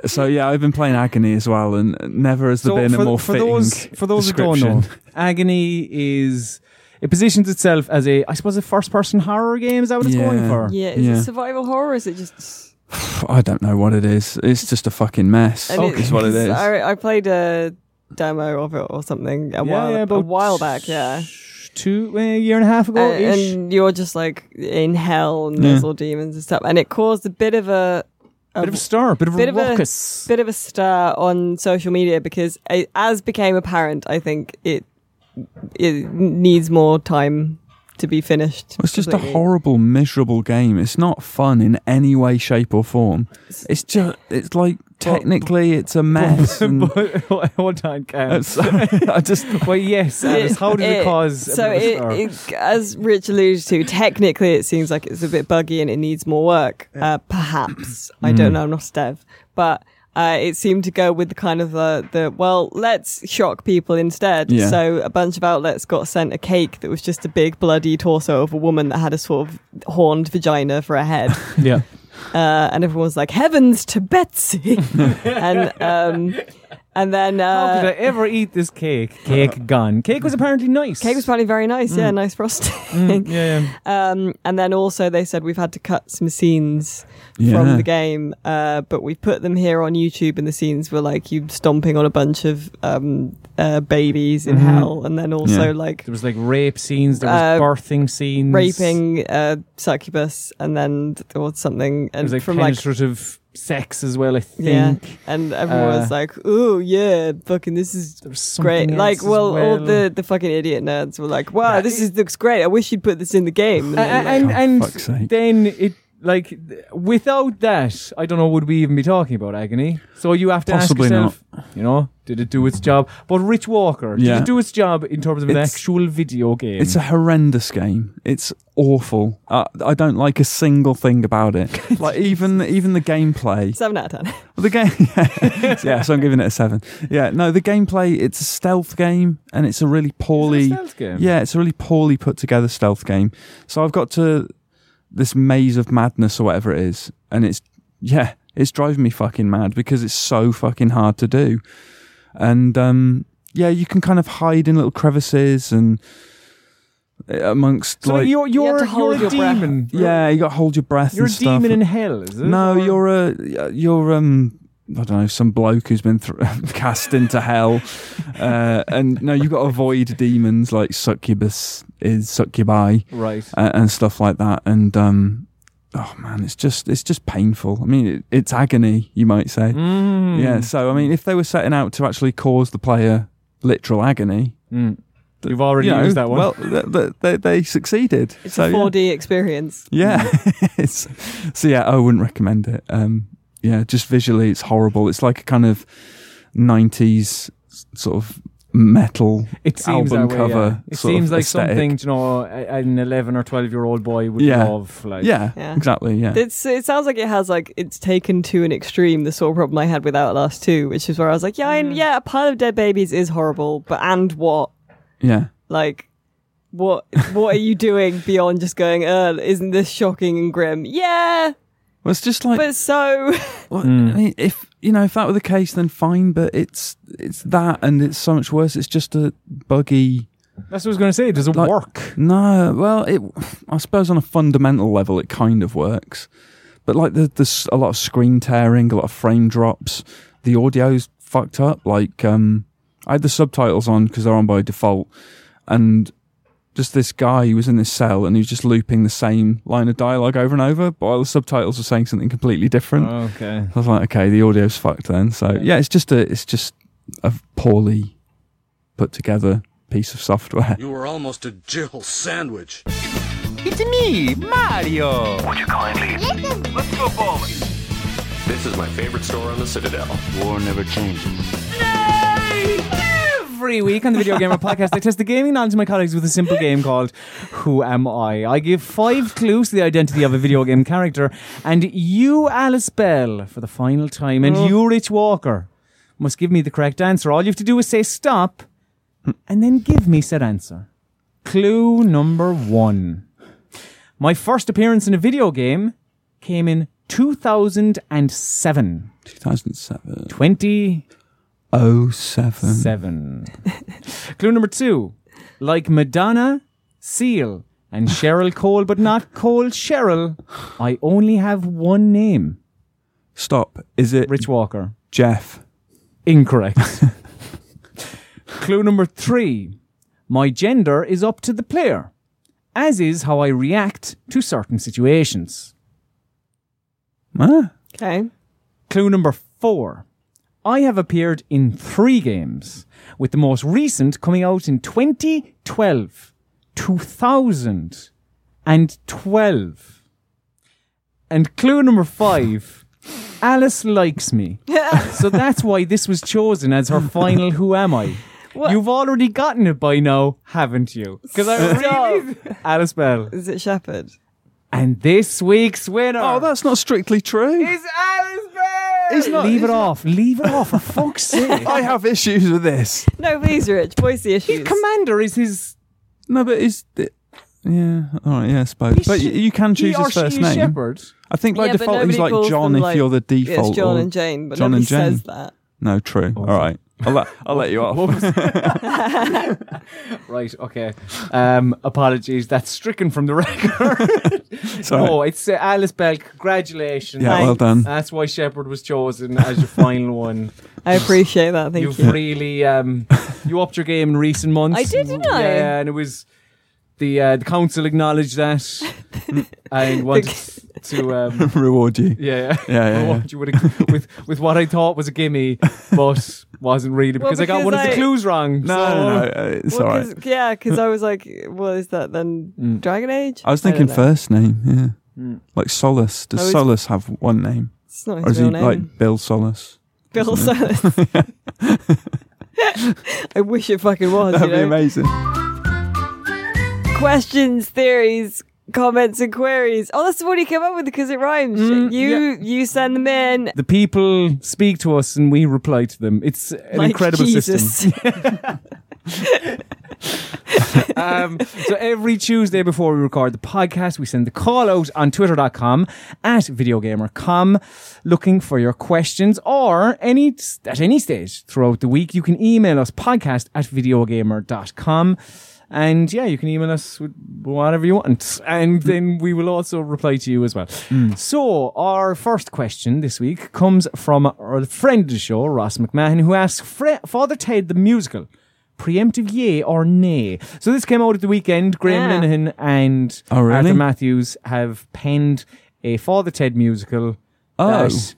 C: So yeah, I've been playing Agony as well, and never has there
B: So
C: been
B: for,
C: a more
B: for
C: fitting
B: those for those who don't
C: description.
B: know, agony is it positions itself as a I suppose a first person horror game. Is that what it's
C: Yeah.
B: going for?
A: Yeah, is
C: Yeah.
A: it survival horror? Or is it just?
C: I don't know what it is. It's just a fucking mess.
A: I mean,
C: Is what it
A: 'cause
C: is.
A: Oh, I, I played a demo of it or something a while a
B: about
A: while back. Yeah,
B: two a year and a half ago.
A: and,
B: ish.
A: Uh, and you're just like in hell and there's all demons and stuff, and it caused a bit of a, a
B: bit of a star, bit of
A: bit
B: a
A: of a-
B: ruckus.
A: bit of a stir on social media because I, as became apparent, I think it it needs more time to be finished.
C: it's just a
A: completely.
C: horrible, miserable game. It's not fun in any way, shape, or form. It's just, it's like technically, it's a mess. and-
B: but hold on,
C: I'm
B: Cam.
C: sorry, Uh, I just
B: Well, yes, Alice, how did it, cause Oh. a
A: so
B: bit of a
A: it,
B: stir?
A: it- as Rich alluded to, technically it seems like it's a bit buggy and it needs more work. Uh, perhaps I don't
B: Mm.
A: know. I'm not a dev, but uh, it seemed to go with the kind of uh, the well, let's shock people instead.
C: Yeah.
A: So a bunch of outlets got sent a cake that was just a big bloody torso of a woman that had a sort of horned vagina for a head.
B: yeah.
A: uh, and everyone was like, "Heavens to Betsy!" and um, and then
B: How did I
A: uh,
B: ever eat this cake? Cake gone. Cake was apparently nice.
A: cake was probably very nice.
B: Mm.
A: Yeah, nice frosting.
B: Yeah, yeah.
A: Um, and then also they said we've had to cut some scenes
C: Yeah.
A: from the game, uh, but we put them here on YouTube, and the scenes were like you stomping on a bunch of um, uh, babies in hell, and then also
C: Mm-hmm. Yeah.
A: like
B: There was like rape scenes. There was
A: Uh,
B: birthing scenes.
A: raping uh, succubus, and then there was something
B: It
A: and
B: was like
A: from like
B: penetrative sex as well. I think
A: And everyone was
B: Uh,
A: like, "Ooh, yeah, fucking, this is
B: there was
A: great!"
B: something
A: Like,
B: else as
A: well, all
B: well.
A: the the fucking idiot nerds were like, "Wow,
B: Yeah,
A: this
B: it-
A: is looks great. I wish you'd put this in the game." And
B: A- a-
A: then, like,
B: and
C: Oh,
B: and,
C: fuck's sake.
B: then it like th- without that, I don't know would we even be talking about agony. So you have to
C: Possibly
B: ask yourself, you know, did it do its job? But Rich Walker, did
C: Yeah.
B: it do its job in terms of an
C: It's-
B: actual video game?
C: It's a horrendous game. It's awful. Uh, I don't like a single thing about it. Like even even the gameplay.
A: seven out of ten.
C: Well, The game, yeah. So I'm giving it a seven. Yeah, no, the gameplay. It's a stealth game, and it's a really poorly.
B: It's a stealth game.
C: Yeah, it's a really poorly put together stealth game. So I've got to this maze of madness or whatever it is, and it's yeah, it's driving me fucking mad because it's so fucking hard to do. And um, yeah, you can kind of hide in little crevices and uh, amongst
B: So
C: like
B: you're
A: You have
B: you're
A: to hold
B: you're a
A: your breath.
B: demon.
C: yeah, you got to hold your breath.
B: you're a
C: and stuff.
B: demon in hell. Is it?
C: No,
B: Or-
C: you're a you're um I don't know some bloke who's been thr cast into hell, uh, and no, you've got to avoid demons like succubus is succubi
B: right.
C: uh, and stuff like that, and um oh man, it's just it's just painful. I mean, it, it's agony, you might say.
B: Mm.
C: Yeah. So I mean, if they were setting out to actually cause the player literal agony,
B: Mm. You've already
C: you know,
B: used that one.
C: well, th- th- they they succeeded.
A: It's
C: So,
A: a
C: yeah.
A: 4D experience.
C: Yeah. it's, so yeah, I wouldn't recommend it. Um, yeah, just visually, it's horrible. It's like a kind of '90s s- sort of metal.
B: it seems that
C: album
B: way, yeah.
C: cover
B: It
C: sort
B: seems
C: of
B: like
C: aesthetic.
B: something you know a- an eleven or twelve year old boy would
C: Yeah.
B: love. Like
C: Yeah,
A: Yeah.
C: exactly. Yeah,
A: It's, it sounds like it has like it's taken to an extreme the sort of problem I had with Outlast 2, which is where I was like, yeah, I-
B: Mm.
A: yeah, a pile of dead babies is horrible, but and what?
C: yeah,
A: Like, what what are you doing beyond just going, uh, isn't this shocking and grim? Yeah,
C: well, it's just like
A: but so
C: well, I mean, if you know if that were the case, then fine. But it's it's that, and it's so much worse. It's just a buggy.
B: That's what I was going to say. Does it
C: Like-
B: work?
C: No, well, it. I suppose on a fundamental level, it kind of works, but like there- there's a lot of screen tearing, a lot of frame drops. The audio's fucked up. Like, um, I had the subtitles on because they're on by default, and just this guy who was in this cell and he was just looping the same line of dialogue over and over, but while the subtitles were saying something completely different.
B: Oh. Okay.
C: I was like, okay, the audio's fucked then. So yeah, it's just a, it's just a poorly put together piece of software.
D: You were almost a Jill sandwich.
E: It's me, Mario.
F: This is my favorite store on the Citadel.
G: War never changes.
B: Every week on the Video Gamer Podcast, I test the gaming knowledge of my colleagues with a simple game called Who Am I? I give five clues to the identity of a video game character, and you, Alice Bell, for the final time, and you, Rich Walker, must give me the correct answer. All you have to do is say stop, and then give me said answer. Clue number one. My first appearance in a video game came in 2007.
C: 2007.
B: 20-
C: 07.
B: Seven. Clue number two. Like Madonna, Seal, and Cheryl Cole, but not Cole Cheryl, I only have one name
C: Stop. Is it
B: Rich Walker.
C: Jeff?
B: Incorrect. Clue number three. My gender is up to the player, as is how I react to certain situations.
C: Huh?
A: okay.
B: Clue number four. I have appeared in three games, with the most recent coming out in 2012, 2012. And clue number five. Alice likes me. so that's why this was chosen as her final Who Am I?
A: What-
B: You've already gotten it by now, haven't you? Because I really. Alice Bell.
A: Is it Shepard?
B: And this week's winner.
C: Oh, that's not strictly true.
B: It's Alice Bell. leave it off. Leave it off. For fuck's sake.
C: I have issues with this.
A: No, please, Rich, voice the issues.
B: Commander is his.
C: No, but is it, yeah, all right, yeah, I suppose. but you, you can choose
B: he or
C: his first
B: she
C: name.
B: Is Shepherd.
C: I think by
A: Yeah, but
C: default he's
A: nobody
C: like
A: calls
C: John
A: them,
C: if
A: like-
C: you're the
A: Yeah,
C: default.
A: it's John
C: or-
A: and Jane, but
C: oh, John
A: nobody
C: and Jane.
A: says that.
C: No, true. All right, I'll let, I'll let you off.
B: Right. Okay. Um, apologies. That's stricken from the record.
C: Sorry.
B: No, it's uh, Alice Bell. Congratulations.
C: yeah, well
A: thanks.
C: done.
B: That's why Shepherd was chosen as your final one.
A: I appreciate that. Thank
B: You've
A: you.
B: really um, you upped your game in recent months.
A: I did, didn't I?
B: Yeah, and it was the uh, the council acknowledged that and wanted to um,
C: Reward you.
B: yeah,
C: Yeah, yeah,
B: reward
C: yeah.
B: you with, a, with with what I thought was a gimme, but wasn't really
A: Well,
B: because, I got
A: because
B: one of
A: I-
B: the clues wrong.
C: No,
B: so-
C: no, no, uh, it's
A: Well,
C: all right.
A: 'cause- Yeah, because I was like, well, is that then
B: Mm.
A: Dragon Age?
C: I was
A: don't
C: thinking
A: know.
C: first name, yeah.
B: Mm.
C: Like Solace. Does
A: Oh, is-
C: Solace have one name?
A: It's not
C: Or is
A: his
C: he
A: real name.
C: like Bill Solace?
A: Bill Silas. I wish it fucking was.
C: That'd
A: you
C: be
A: know?
C: amazing. Oh,
A: Questions, theories, comments, and queries. Oh, that's the one you came up with because it rhymes.
B: Mm,
A: you
B: yeah.
A: you send them in.
B: The people speak to us and we reply to them. It's an
A: Like
B: incredible system.
A: Jesus.
B: um, so every Tuesday before we record the podcast, we send the call out on twitter.com at videogamer.com looking for your questions or any at any stage throughout the week. You can email us podcast at videogamer.com. And yeah, you can email us with whatever you want. And then we will also reply to you as well. So, our first question this week comes from our friend of the show, Ross McMahon, who asks Fre- Father Ted the musical preemptive yay or nay. So this came out at the weekend. Graham
A: Yeah.
B: Linehan and
C: Oh, really?
B: Arthur Matthews have penned a Father Ted musical.
C: Oh.
B: that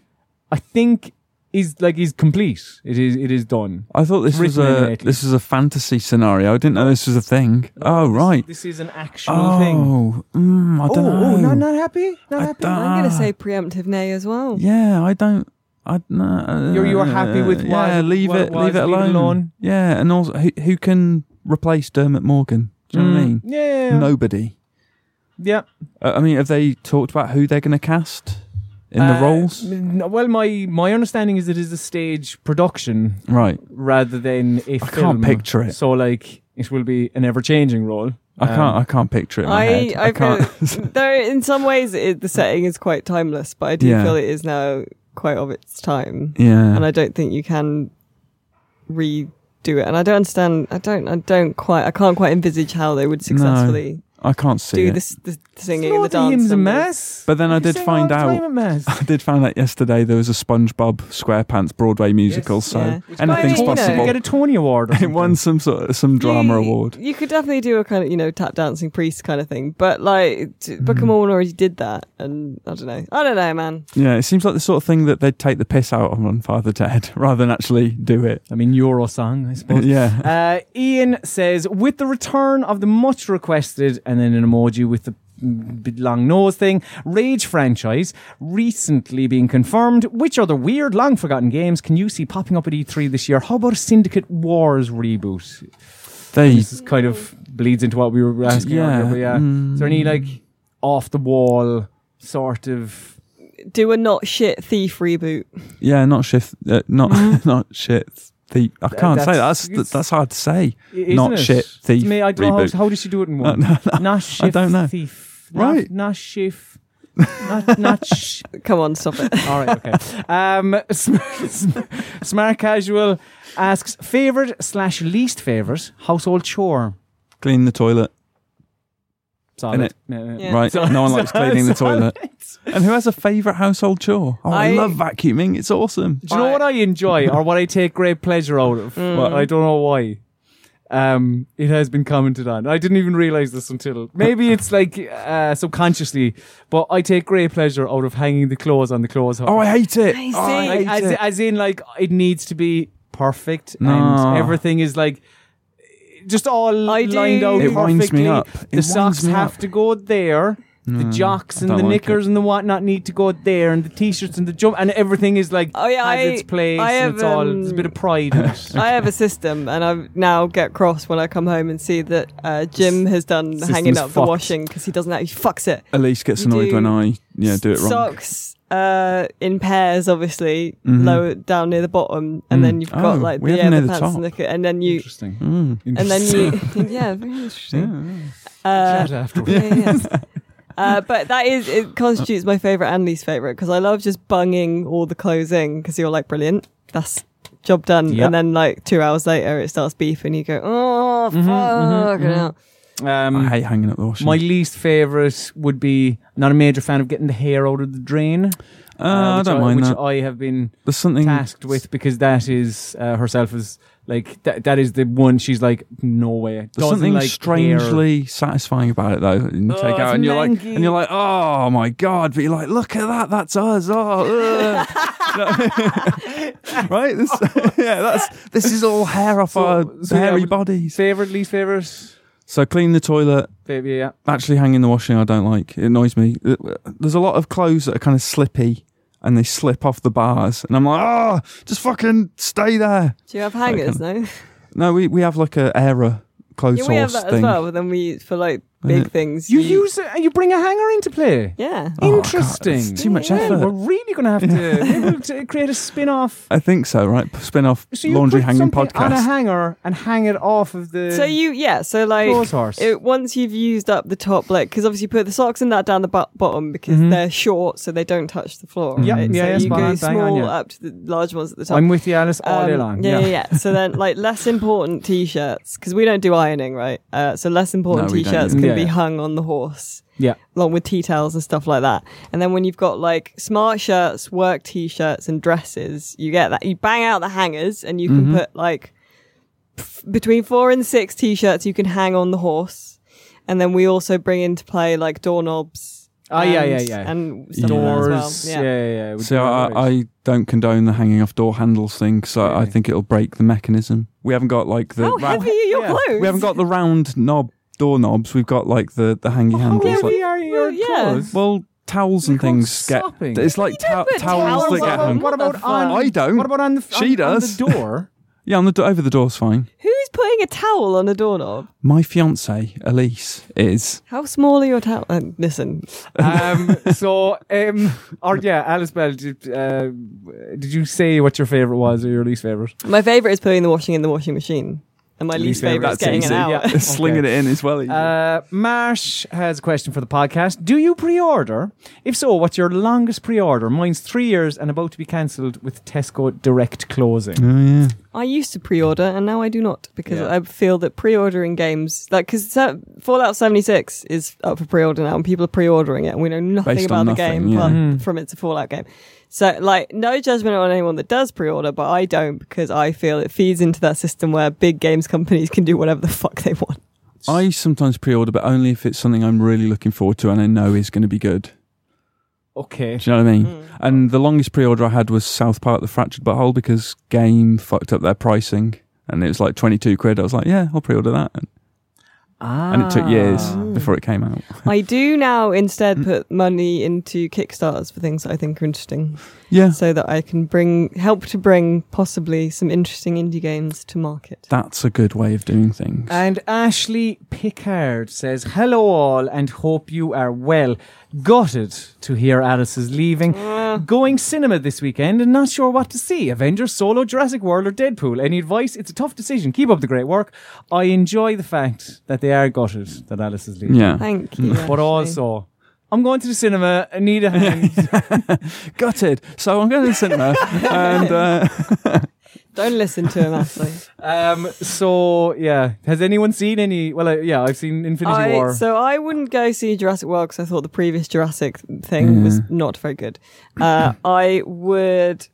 B: I think is like is complete. It is it is done.
C: I thought this was
B: Written in it,
C: a
B: at
C: this is a fantasy scenario. I didn't know this was a thing. Oh right.
B: This is an actual thing.
C: Oh, mm, I
B: Oh,
C: don't know.
B: oh, not, not happy? Not
C: I
B: happy?
C: don't-
A: I'm gonna say preemptive nay as well.
C: Yeah, I don't. I no. uh,
B: You're- you're happy with what-
C: yeah. leave
B: what
C: it.
B: it was,
C: leave
B: leave
C: it
B: it
C: alone.
B: alone.
C: Yeah, and also who, who can replace Dermot Morgan? Do you know what I
B: Mm,
C: mean?
B: Yeah.
C: Nobody.
B: Yeah.
C: Uh, I mean, have they talked about who they're going to cast in the
B: Uh,
C: roles?
B: n- Well, my my understanding is it is a stage production
C: Right.
B: rather than a
C: can't
B: film.
C: picture it.
B: So like it will be an ever changing role.
C: I can't.
B: um,
C: I can't picture it. In my
A: I,
C: head.
A: I,
C: I can't.
A: feel though in some ways it, the setting is quite timeless, but I do
C: Yeah.
A: feel it is now quite of its time,
C: yeah.
A: and I don't think you can redo it. And I don't understand. I don't. I don't quite. I can't quite envisage how they would successfully
C: I can't see
A: do
C: it.
A: this the
B: It's
A: singing
B: not
A: and the dance.
B: hymns
A: and
B: and
A: the-
B: mass.
C: But then I
B: You
C: did
B: sing all
C: find
B: the time
C: out-
B: at mass.
C: I did find out yesterday there was a SpongeBob SquarePants Broadway musical, so
A: Yeah.
C: anything's
A: by the way, you know-
C: possible.
B: Get a Tony Award. or
C: It won
B: something.
C: some sort of, some drama
A: You-
C: award.
A: You could definitely do a kind of you know tap dancing priest kind of thing, but like t- Book of Mormon already did that, and I don't know. I don't know, man.
C: Yeah, it seems like the sort of thing that they'd take the piss out of on Father Ted rather than actually do it.
B: I mean, Euro song, I suppose.
C: Yeah.
B: Uh, Ian says, with the return of the much requested, and then an emoji with the big long nose thing, Rage franchise recently being confirmed. Which other weird, long forgotten games can you see popping up at E3 this year? How about a Syndicate Wars reboot?
C: They
B: This is kind of bleeds into what we were asking
C: Yeah,
B: earlier.
C: Mm.
B: But yeah, is there any like off the wall sort of
A: Do a not shit thief reboot.
C: yeah, not shift uh, not not shit thief. I can't
B: Mm-hmm.
C: say
B: that's-
C: that's
B: it's-
C: that's, that's hard to say.
B: Isn't
C: not
B: it?
C: shit thief
B: To me, I don't know
C: reboot.
B: how, how did she do it in one?
C: No, no,
B: not shift
C: don't know.
B: thief.
C: Right.
B: Not, not shift. not not sh-
A: Come on, stop it.
B: All right, okay. Um, sm- sm- smart casual asks favorite slash least favorite household chore.
C: Clean the toilet.
B: Solid.
C: Innit?
B: Yeah,
A: Yeah.
C: Right.
B: So-
C: no one likes
B: so-
C: cleaning the
B: so-
C: toilet. And who has a favourite household chore? Oh,
A: I-
C: I, love vacuuming. It's awesome.
B: Do you know what I enjoy or what I take great pleasure out of?
C: Mm.
B: Well, I don't know why. Um, it has been commented on. I didn't even realize this until maybe it's like uh, subconsciously, but I take great pleasure out of hanging the clothes on the clothes.
C: Oh, I hate it.
A: I
C: Oh, I
A: see.
B: like,
C: hate
B: as,
C: it.
B: as in like it needs to be perfect
C: No.
B: and everything is like just all
A: I do-
B: lined out
A: It
C: winds
B: perfectly.
C: me up. It
B: The
C: winds
B: socks
C: me
B: have
C: up.
B: to go there. The
C: Hmm,
B: jocks and
C: don't
B: the
C: like
B: knickers and the whatnot need to go there, and the t-shirts and the jump and everything is like
A: Oh, yeah,
B: has
A: I-
B: its place.
A: I
B: and
A: have,
B: it's all there's a
A: um,
B: bit of pride in it.
A: I have a system, and I now get cross when I come home and see that uh, Jim has done hanging
B: system's
A: up the
B: fucked.
A: washing because he doesn't actually fucks it.
C: Elise gets
A: You
C: annoyed
A: do
C: when I yeah do it wrong.
A: Socks uh, in pairs, obviously, lower down near the bottom, and then you've got
C: Mm-hmm. Oh,
A: like
C: we
A: the,
C: have
A: yeah,
C: near
A: the
C: the
A: pants
C: top.
A: and the, and then you
B: Interesting.
C: Mm.
A: and then you yeah, very interesting. Uh,
B: Afterwards.
A: yeah, yeah. Uh, but that is it constitutes my favorite and least favorite because I love just bunging all the clothes in because you're like brilliant, that's job done,
B: Yeah.
C: Mm-hmm,
A: and then like two hours later it starts beefing, you go oh fuck.
B: Um,
C: I hate hanging up the washing.
B: My least favorite would be not a major fan of getting the hair out of the drain.
C: uh,
B: uh,
C: I
B: which
C: don't mind
B: which
C: that.
B: I have been
C: There's something
B: tasked with because that is uh, herself is like that. That is the one she's like, no way.
C: There's
B: Doesn't
C: something
B: like hair.
C: strangely satisfying about it though. And you
B: Oh,
C: take
B: it's
C: out and you're like,
B: manky.
C: and you're like, oh my god! But you're like, look at that, that's us. Oh, ugh." right? This, yeah, that's this is all hair off our
B: so yeah, I
C: hairy
B: would-
C: bodies.
B: Favorite, least favorite.
C: So clean the toilet.
B: Baby, yeah.
C: Actually, hanging the washing, I don't like. It annoys me. It- There's a lot of clothes that are kind of slippy. And they slip off the bars, and I'm like, oh, just fucking stay there.
A: Do you have hangers? No.
C: No, we, we have like a error clothes
A: Yeah,
C: source
A: we have that
C: thing.
A: as well. But then we for like big
C: Yeah.
A: things.
B: You use it and you bring a hanger into play.
A: Yeah.
C: Oh, God,
B: Interesting.
C: it's too much
B: Well,
C: effort.
B: We're really going to have to maybe we'll t- create a spin off.
C: I think so, right? Spin off
B: So you
C: Laundry
B: put
C: Hanging
B: something on a
C: Podcast.
B: hanger and hang it off of the.
A: So you yeah. So like
B: Clothes horse.
A: it- once you've used up the top, like because obviously you put the socks and that down the bo- bottom because they're short, so they don't touch the floor.
B: Mm-hmm. Yep.
A: Right?
B: Yeah, yeah,
A: so you
B: spot
A: go
B: on, bang on,
A: small
B: yeah.
A: up to the large ones at the top.
B: I'm with you, Alice, all day
A: Um,
B: long.
A: Yeah, yeah, yeah. So then, like less important t-shirts because we don't do ironing, right? Uh, so less important
C: No, we don't
A: t-shirts
B: either.
A: can
B: Yeah,
A: be
B: yeah.
A: hung on the horse
B: Yeah.
A: along with tea towels and stuff like that. And then when you've got like smart shirts, work t-shirts, and dresses, you get that. You bang out the hangers, and you can put like f- between four and six t-shirts you can hang on the horse. And then we also bring into play like doorknobs.
B: Oh, yeah, yeah,
A: and-
B: yeah.
A: And stuff Like that as
B: Doors.
A: well.
B: Yeah, yeah, yeah. We
C: So
B: do
C: I,
B: that.
C: I don't condone the hanging off door handles thing because I, I
B: Really?
C: think it'll break the mechanism. We haven't got like the
A: How
C: ra-
A: heavy are your
B: yeah.
A: clothes?
C: we haven't got the round knob door knobs. We've got like the the hangy
B: How
C: handles.
B: heavy
C: Like,
B: Oh, are your
A: Well, yeah.
B: clothes?
C: well, towels
B: They're
C: and
B: called
C: things get.
B: sopping.
C: It's like
A: You don't
C: tow-
A: put
C: towels
A: towels
C: that get
A: on.
C: hung.
B: What about on?
C: I don't.
B: What about on the?
C: She
B: on- on
C: does.
B: the door.
C: Yeah, on the do- over the door's fine.
A: Who's putting a towel on a doorknob?
C: My fiance Elise is.
A: How small are your towels? Uh, listen,
B: um, so, um, or yeah, Alice Bell, did, uh, did you say what your favorite was or your least favorite?
A: my favorite is putting the washing in the washing machine, and my least,
B: Least
A: favorite
B: favourite,
A: is
B: that's
A: getting
B: easy,
A: it out.
B: yeah.
C: Slinging it in as well. easy.
B: Uh, Marsh has a question for the podcast. Do you pre-order? If so, what's your longest pre-order? Mine's three years and about to be cancelled with Tesco direct closing.
C: Mm.
A: I used to pre-order, and now I do not because
B: Yeah.
A: I feel that pre-ordering games, like because Fallout seventy six is up for pre-order now, and people are pre-ordering it, and we know nothing
C: Based
A: about
C: on
A: the
C: nothing,
A: game
C: yeah.
A: apart from it's a Fallout game. So, like, no judgment on anyone that does pre-order, but I don't because I feel it feeds into that system where big games companies can do whatever the fuck they want.
C: I sometimes pre-order, but only if it's something I'm really looking forward to and I know is going to be good.
B: Okay.
C: Do you know what I mean?
B: Mm.
C: And the longest pre-order I had was South Park: The Fractured Butthole because Game fucked up their pricing, and it was like twenty-two quid. I was like, yeah, I'll pre-order that, and, and it
B: Ah.
C: took years before it came out.
A: I do now instead put money into kickstarters for things that I think are interesting,
C: Yeah,
A: so that I can bring help to bring possibly some interesting indie games to market.
C: that's a good way of doing things.
B: And Ashley Pickard says, Hello, all, and hope you are well. Gutted to hear Alice is leaving.
C: Ah,
B: Going cinema this weekend and not sure what to see Avengers, Solo, Jurassic World, or Deadpool. Any advice? It's a tough decision. Keep up the great work. I enjoy the fact that they are gutted that Alice is leaving.
C: yeah,
A: Thank you.
B: But
A: Ashley.
B: also, I'm going to the cinema. I need a hand.
C: gutted. So I'm going to the cinema, and uh,
A: Don't listen to him, Ashley.
B: um, so, yeah. Has anyone seen any? Well, uh, yeah, I've seen Infinity
A: I-
B: War.
A: so I wouldn't go see Jurassic World because I thought the previous Jurassic
C: Mm.
A: thing was not very good. Uh, I would.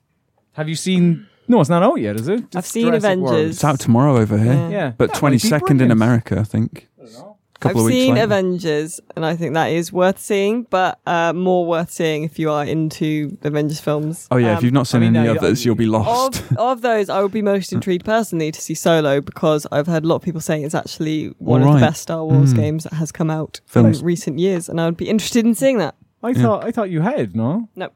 B: Have you seen. No, it's not out yet, is it?
A: I've
B: It's
A: seen
B: Jurassic World.
A: Avengers.
C: it's out tomorrow over here,
A: Yeah.
B: Yeah.
C: but
B: That might be
C: twenty-second in
B: brilliant.
C: America, I think.
A: I've
C: Couple of weeks
A: seen
C: later.
A: Avengers, and I think that is worth seeing, but uh, more worth seeing if you are into Avengers films.
C: Oh yeah,
A: Um,
C: if you've not seen
B: mean,
C: any
B: no, you-
C: others, you'll be lost.
A: of, of those, I would be most intrigued personally to see Solo because I've heard a lot of people saying it's actually one of
C: Alright.
A: the best Star Wars games that has come out
C: Films.
A: in recent years, and I would be interested in seeing that.
B: I thought I thought you had no. Hmm.
A: No,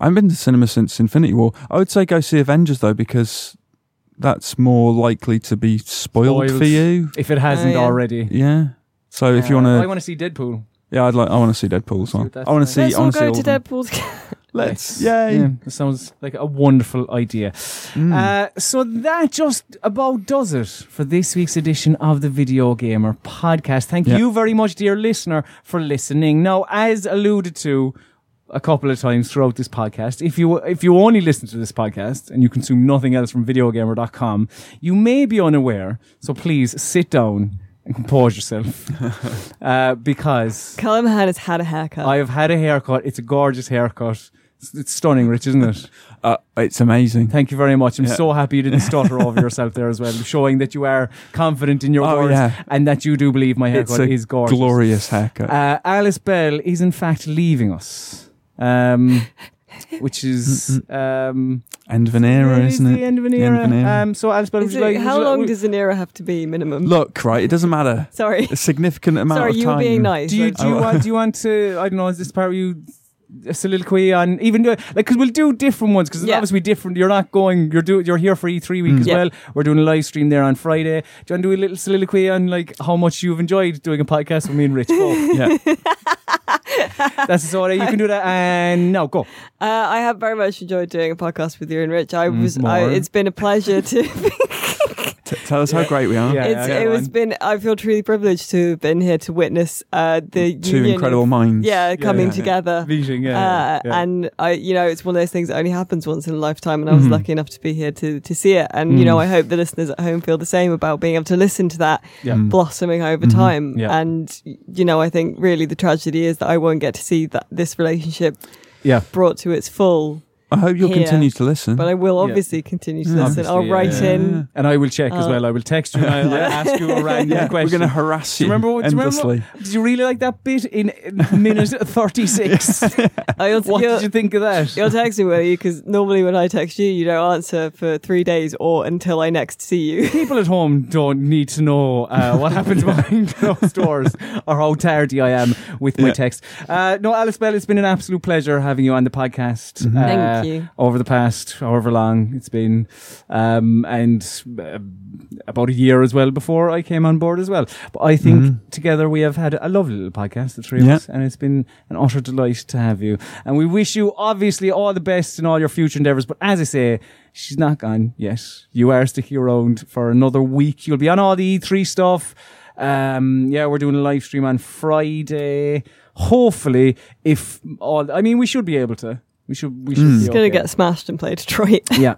C: I haven't been to cinema since Infinity War. I would say go see Avengers though, because that's more likely to be spoiled,
B: Spoiled.
C: for you.
B: If it hasn't
A: Oh, yeah.
B: already,
C: Yeah. So if you
B: Uh, I
C: want to,
B: want to see Deadpool.
C: yeah, I'd like. I want to see Deadpool as well.
B: what that's
C: I want
B: like.
C: to see.
A: let's
C: I
A: all
C: wanna see
A: go to
C: of them.
A: Deadpool's.
C: Let's. Yay. Mm.
B: Yeah, that sounds like a wonderful idea. Uh, so that just about does it for this week's edition of the Video Gamer podcast. Thank
C: Yeah.
B: you very much, dear listener, for listening. Now, as alluded to a couple of times throughout this podcast, if you if you only listen to this podcast and you consume nothing else from videogamer.com, you may be unaware. So please sit down. compose yourself, uh, because
A: Callum Mahan has had a haircut.
B: I have had a haircut. It's a gorgeous haircut. It's, it's stunning, Rich, isn't it?
C: Uh, it's amazing.
B: Thank you very much. I'm
C: Yeah.
B: so happy you didn't stutter over yourself there as well, showing that you are confident in your
C: Oh,
B: words
C: yeah.
B: and that you do believe my
C: It's
B: haircut
C: a
B: is gorgeous.
C: glorious haircut.
B: Uh, Alice Bell is in fact leaving us, um, which is um,
C: end of an era,
B: it is
C: isn't it?
B: the end of an
C: The
B: era.
C: an era.
B: Um, so Alice Bell, would
A: Is
B: you
A: it,
B: like?
A: how
B: would you-
A: long
B: would-
A: does an era have to be minimum?
C: Look, right, it doesn't matter.
A: Sorry.
C: A significant amount
A: Sorry,
C: of
A: you were
C: time.
A: being nice.
B: do you do you
C: I-
B: want do you want to? I don't know. Is this part where you? A soliloquy on even do like because we'll do different ones because
A: Yeah.
B: obviously different. You're not going. You're do you're here for E3 week
C: Mm.
B: as
A: Yeah.
B: well. We're doing a live stream there on Friday. Do you want to do a little soliloquy on like how much you've enjoyed doing a podcast with me and Rich? Go.
C: Yeah.
B: That's the order. You can do that and now go.
A: Uh, I have very much enjoyed doing a podcast with you and Rich. I was. I,
B: more.
A: it's been a pleasure to.
C: T- tell us how great we are.
B: Yeah.
A: it's, it
B: go
A: was
B: on.
A: been. I feel truly privileged to have been here to witness uh, the
C: Two
A: union of-
C: incredible minds.
A: Yeah, coming
C: yeah, yeah.
A: together.
B: Meeting, yeah,
A: Uh,
B: yeah.
A: And I, you know, it's one of those things that only happens once in a lifetime, and I
B: Mm-hmm.
A: was lucky enough to be here to to see it. And
B: Mm.
A: you know, I hope the listeners at home feel the same about being able to listen to that
B: Yeah.
A: blossoming over time.
B: Mm. Mm-hmm. Yeah.
A: And you know, I think really the tragedy is that I won't get to see that this relationship
B: Yeah. Mm-hmm.
A: brought to its full.
C: I hope you'll
A: Here.
C: continue to listen.
A: But I will
B: Yeah. Mm.
A: obviously continue to listen. I'll
B: Obviously, yeah,
A: write
B: yeah.
A: in.
B: And I will check as
A: Oh.
B: well. I will text you and I'll, I'll ask you a random
C: Mm. yeah, we're
B: question.
C: going to harass
B: do
C: you,
B: you remember what? Do you
C: endlessly.
B: remember? Did you really like that bit in in minute thirty six?
A: Oh, you'll,
B: What
A: you'll-
B: did you think of that?
A: You'll text me, will you? Because normally when I text you, you don't answer for three days or until I next see you.
B: People at home don't need to know uh, what happens behind those doors or how tardy I am with my
C: Yeah.
B: text. Uh, no, Alice Bell, it's been an absolute pleasure having you on the podcast. uh,
A: Thank you.
B: Over the past however long it's been, um, and uh, about a year as well before I came on board as well. But I think together we have had a lovely little podcast, the three of
C: Yeah.
B: us, and it's been an utter delight to have you. And we wish you obviously all the best in all your future endeavors. But as I say, she's not gone yet. You are sticking around for another week. You'll be on all the E3 stuff. Um, yeah, we're doing a live stream on Friday. Hopefully, if all, I mean, we should be able to. We should. We should. Be
A: It's going to
B: okay.
A: get smashed and play Detroit.
B: Yeah.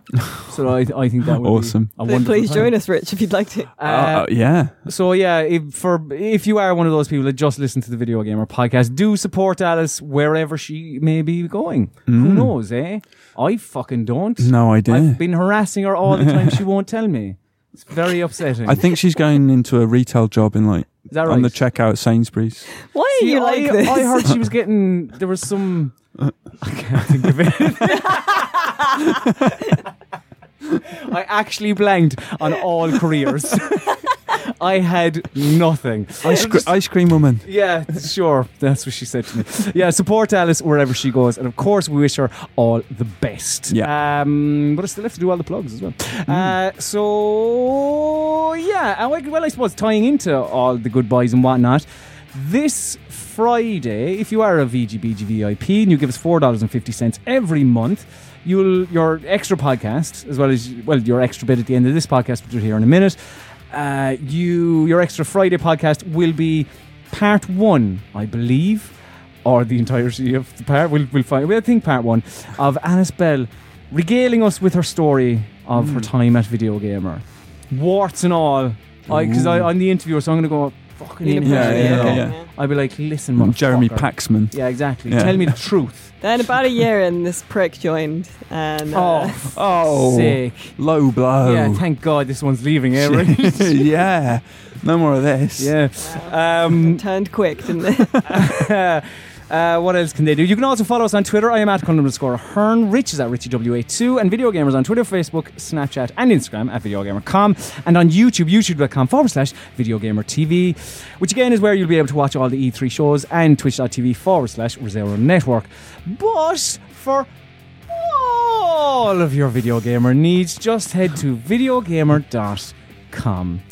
B: So I, I think that would
C: Awesome.
B: Be a wonderful
A: Please
B: time.
A: join us, Rich, if you'd like to.
B: Uh,
C: Uh, uh, yeah.
B: so yeah, if for if you are one of those people that just listen to the video gamer podcast, do support Alice wherever she may be going. Who
C: Mm.
B: knows, eh? I fucking don't.
C: No idea.
B: I've been harassing her all the time. she won't tell me. It's very upsetting.
C: I think she's going into a retail job in like
B: Is that
C: on the
B: right?
C: checkout at Sainsbury's.
A: Why are
B: See,
A: you like
B: I,
A: this?
B: I heard she was getting there was some. I can't think of it. I actually blanked on all careers. I had nothing.
C: Ice, cre- ice cream woman.
B: Yeah, sure. That's what she said to me. Yeah, support Alice wherever she goes. And of course, we wish her all the best.
C: Yeah.
B: Um, but I still have to do all the plugs as well. Uh, so, yeah. And like- well, I suppose tying into all the goodbyes and whatnot, this Friday, if you are a VGBG VIP and you give us $4.50 every month, you'll your extra podcast, as well as, well, your extra bit at the end of this podcast, which you'll hear in a minute, uh, you your extra Friday podcast will be part one, I believe, or the entirety of the part. We'll, we'll find. We'll think part one of Alice Bell regaling us with her story of
C: Hmm.
B: her time at Video Gamer, warts and all. Because I, I'm the interviewer, so I'm going to go fucking
A: Need a
B: interview.
C: Yeah,
A: person, yeah.
C: yeah, yeah. Mm,
B: I'll be like, listen, motherfucker.
C: Jeremy Paxman.
B: Yeah, exactly.
C: Yeah.
B: Tell me the truth.
A: Then about a year in, this prick joined, and uh,
B: Oh,
C: Oh,
B: sick.
C: low blow.
B: Yeah, thank God this one's leaving, eh? Ray?
C: yeah. No more of this.
B: yeah. Um,
A: turned quick, didn't it?
B: Uh, what else can they do? You can also follow us on Twitter. I am at Conan underscore Hearn. Rich is at RichieW82. And Video Gamers on Twitter, Facebook, Snapchat, and Instagram at VideoGamer.com. And on YouTube, youtube.com forward slash VideoGamerTV, which again is where you'll be able to watch all the E3 shows and twitch.tv forward slash Rosero Network. But for all of your video gamer needs, just head to videogamer.com.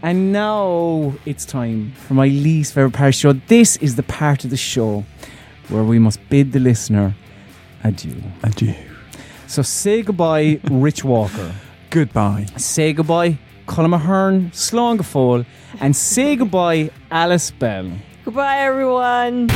B: And now it's time for my least favorite part of the show. This is the part of the show where we must bid the listener adieu.
C: Adieu.
B: So say goodbye, Rich Walker.
C: Goodbye.
B: Say goodbye, Colin Mahern, Slongafold. And say goodbye, Alice Bell.
A: Goodbye, everyone.